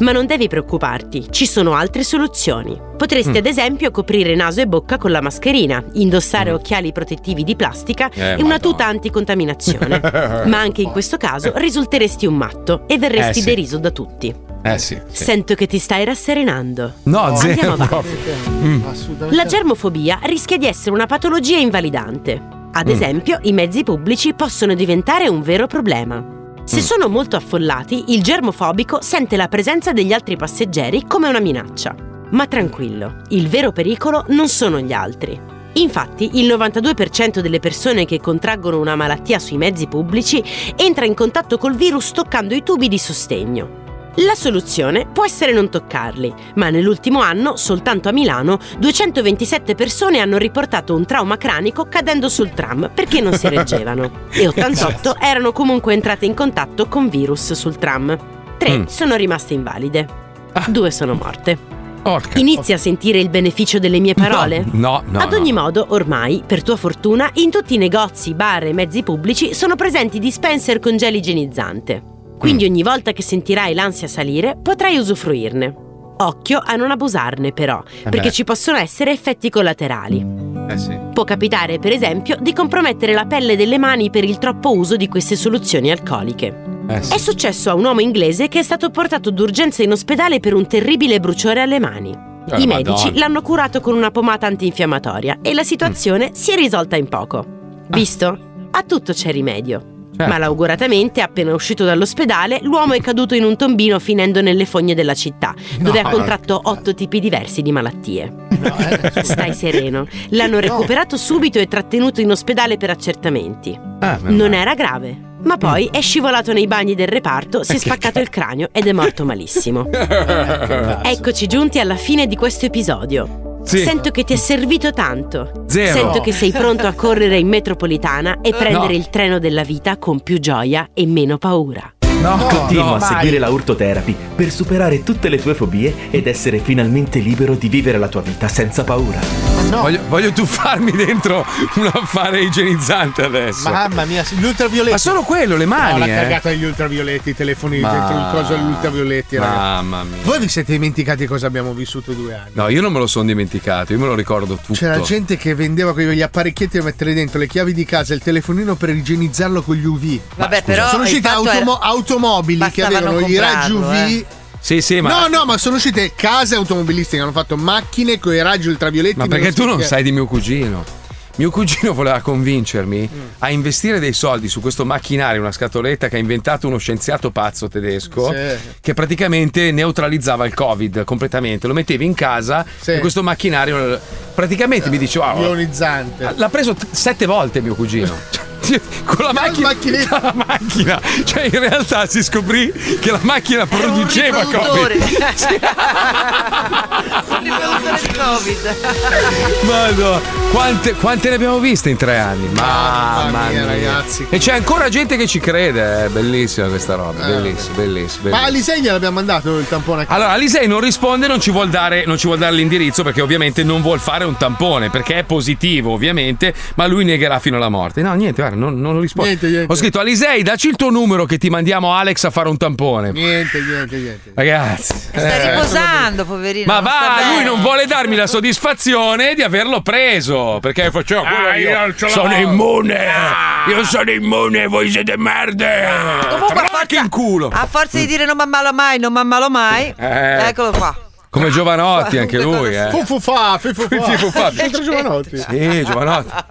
Ma non devi preoccuparti, ci sono altre soluzioni. Potresti Mm. ad esempio coprire naso e bocca con la mascherina, indossare occhiali protettivi di plastica Mm. Eh, e una madonna. [laughs] tuta anticontaminazione. Ma anche in questo caso risulteresti un matto e verresti Eh, sì. deriso da tutti. Eh sì. Sento che ti stai rasserenando. No, Andiamo zero Mm. avanti. Assolutamente. La germofobia rischia di essere una patologia invalidante. Ad Mm. esempio, i mezzi pubblici possono diventare un vero problema. Mm. Se sono molto affollati, il germofobico sente la presenza degli altri passeggeri come una minaccia. Ma tranquillo, il vero pericolo non sono gli altri. Infatti il 92% delle persone che contraggono una malattia sui mezzi pubblici entra in contatto col virus toccando i tubi di sostegno. La soluzione può essere non toccarli, ma nell'ultimo anno, soltanto a Milano, 227 persone hanno riportato un trauma cranico cadendo sul tram perché non si reggevano e 88 erano comunque entrate in contatto con virus sul tram. Mm. Tre sono rimaste invalide, Ah. due sono morte. Inizi a sentire il beneficio delle mie parole? No, no. Ad no. ogni modo, ormai, per tua fortuna, in tutti i negozi, bar e mezzi pubblici sono presenti dispenser con gel igienizzante. Quindi Mm. ogni volta che sentirai l'ansia salire, potrai usufruirne. Occhio a non abusarne però, Eh beh. perché ci possono essere effetti collaterali. Eh sì. Può capitare, per esempio, di compromettere la pelle delle mani per il troppo uso di queste soluzioni alcoliche. Eh sì. È successo a un uomo inglese che è stato portato d'urgenza in ospedale per un terribile bruciore alle mani. Eh, I Madonna. medici l'hanno curato con una pomata antinfiammatoria e la situazione si è risolta in Ah. poco. Visto? A tutto c'è rimedio. Certo. Malauguratamente, appena uscito dall'ospedale, l'uomo è caduto in un tombino finendo nelle fogne della città, dove No. eh. ha contratto otto tipi diversi di malattie. eh. Stai sereno. L'hanno recuperato subito e trattenuto in ospedale per accertamenti. meno non era grave. Ma poi è scivolato nei bagni del reparto, Eh, si è spaccato il cranio ed è [laughs] morto malissimo. Eccoci giunti alla fine di questo episodio. Sì. Sento che ti è servito tanto. Zero. Eh, Sento che sei pronto a correre in metropolitana e prendere il treno della vita con più gioia e meno paura. Continua a vai. seguire la Urtotherapy per superare tutte le tue fobie ed essere finalmente libero di vivere la tua vita senza paura. Voglio, voglio tuffarmi dentro un affare igienizzante adesso. Mamma mia, gli ultravioletti. Ma solo quello, le mani. No, eh. la cagata degli ultravioletti, i telefoni Ma- dentro il coso agli ultravioletti, raga. Mamma mia. Voi vi siete dimenticati cosa abbiamo vissuto due anni? No, io non me lo sono dimenticato, io me lo ricordo tutto. C'era gente che vendeva quegli apparecchietti da mettere dentro le chiavi di casa e il telefonino per igienizzarlo con gli UV. Vabbè, scusa, però sono il uscite fatto automo- era- automobili che bastavano avevano i raggi UV. comprarlo, eh. Sì, sì, ma. No, no, ma sono uscite case automobilistiche che hanno fatto macchine con i raggi ultravioletti. Ma nello perché tu non specchietto. sai di mio cugino? Mio cugino voleva convincermi Mm. a investire dei soldi su questo macchinario, una scatoletta che ha inventato uno scienziato pazzo tedesco Sì. che praticamente neutralizzava il Covid completamente. Lo mettevi in casa e questo macchinario praticamente mi diceva "Ah, Ionizzante. l'ha preso t- sette volte mio [laughs] cugino. Cioè, [laughs] Con la macchina, la macchina, cioè in realtà si scoprì che la macchina produceva riproduttore. Covid. [laughs] Sì. [laughs] Madonna, quante, quante ne abbiamo viste in tre anni? Mamma, mia, ragazzi. E c'è ancora gente che ci crede, è bellissima questa roba, bellissima, bellissima. Ma bellissima. all'Isegna gliel'abbiamo mandato il tampone a casa. Allora, Alisei non risponde, non ci, vuol dare, non ci vuol dare l'indirizzo perché ovviamente non vuol fare un tampone, perché è positivo ovviamente, ma lui negherà fino alla morte. No, niente, guarda, non, non risponde. Niente, niente. Ho scritto Alisei, dacci il tuo numero che ti mandiamo Alex a fare un tampone. Niente, niente, niente. Ragazzi. eh. Sta riposando, poverino. Ma non sta va, bene. lui non vuole darmi la soddisfazione di averlo preso. Perché faccio quello Ah, io io, non ce l'ho." Ah. sono immune. Io sono immune, voi siete merde. Comunque, a Tracchi in culo. A forza di dire non mammalo mai, non mammalo mai, Eh. eccolo qua. [laughs] Come Giovanotti anche lui, eh. Fu fu fa, fu fu fa. Fu fu fa. Eh. C'entra Giovanotti. Sì, Giovanotti.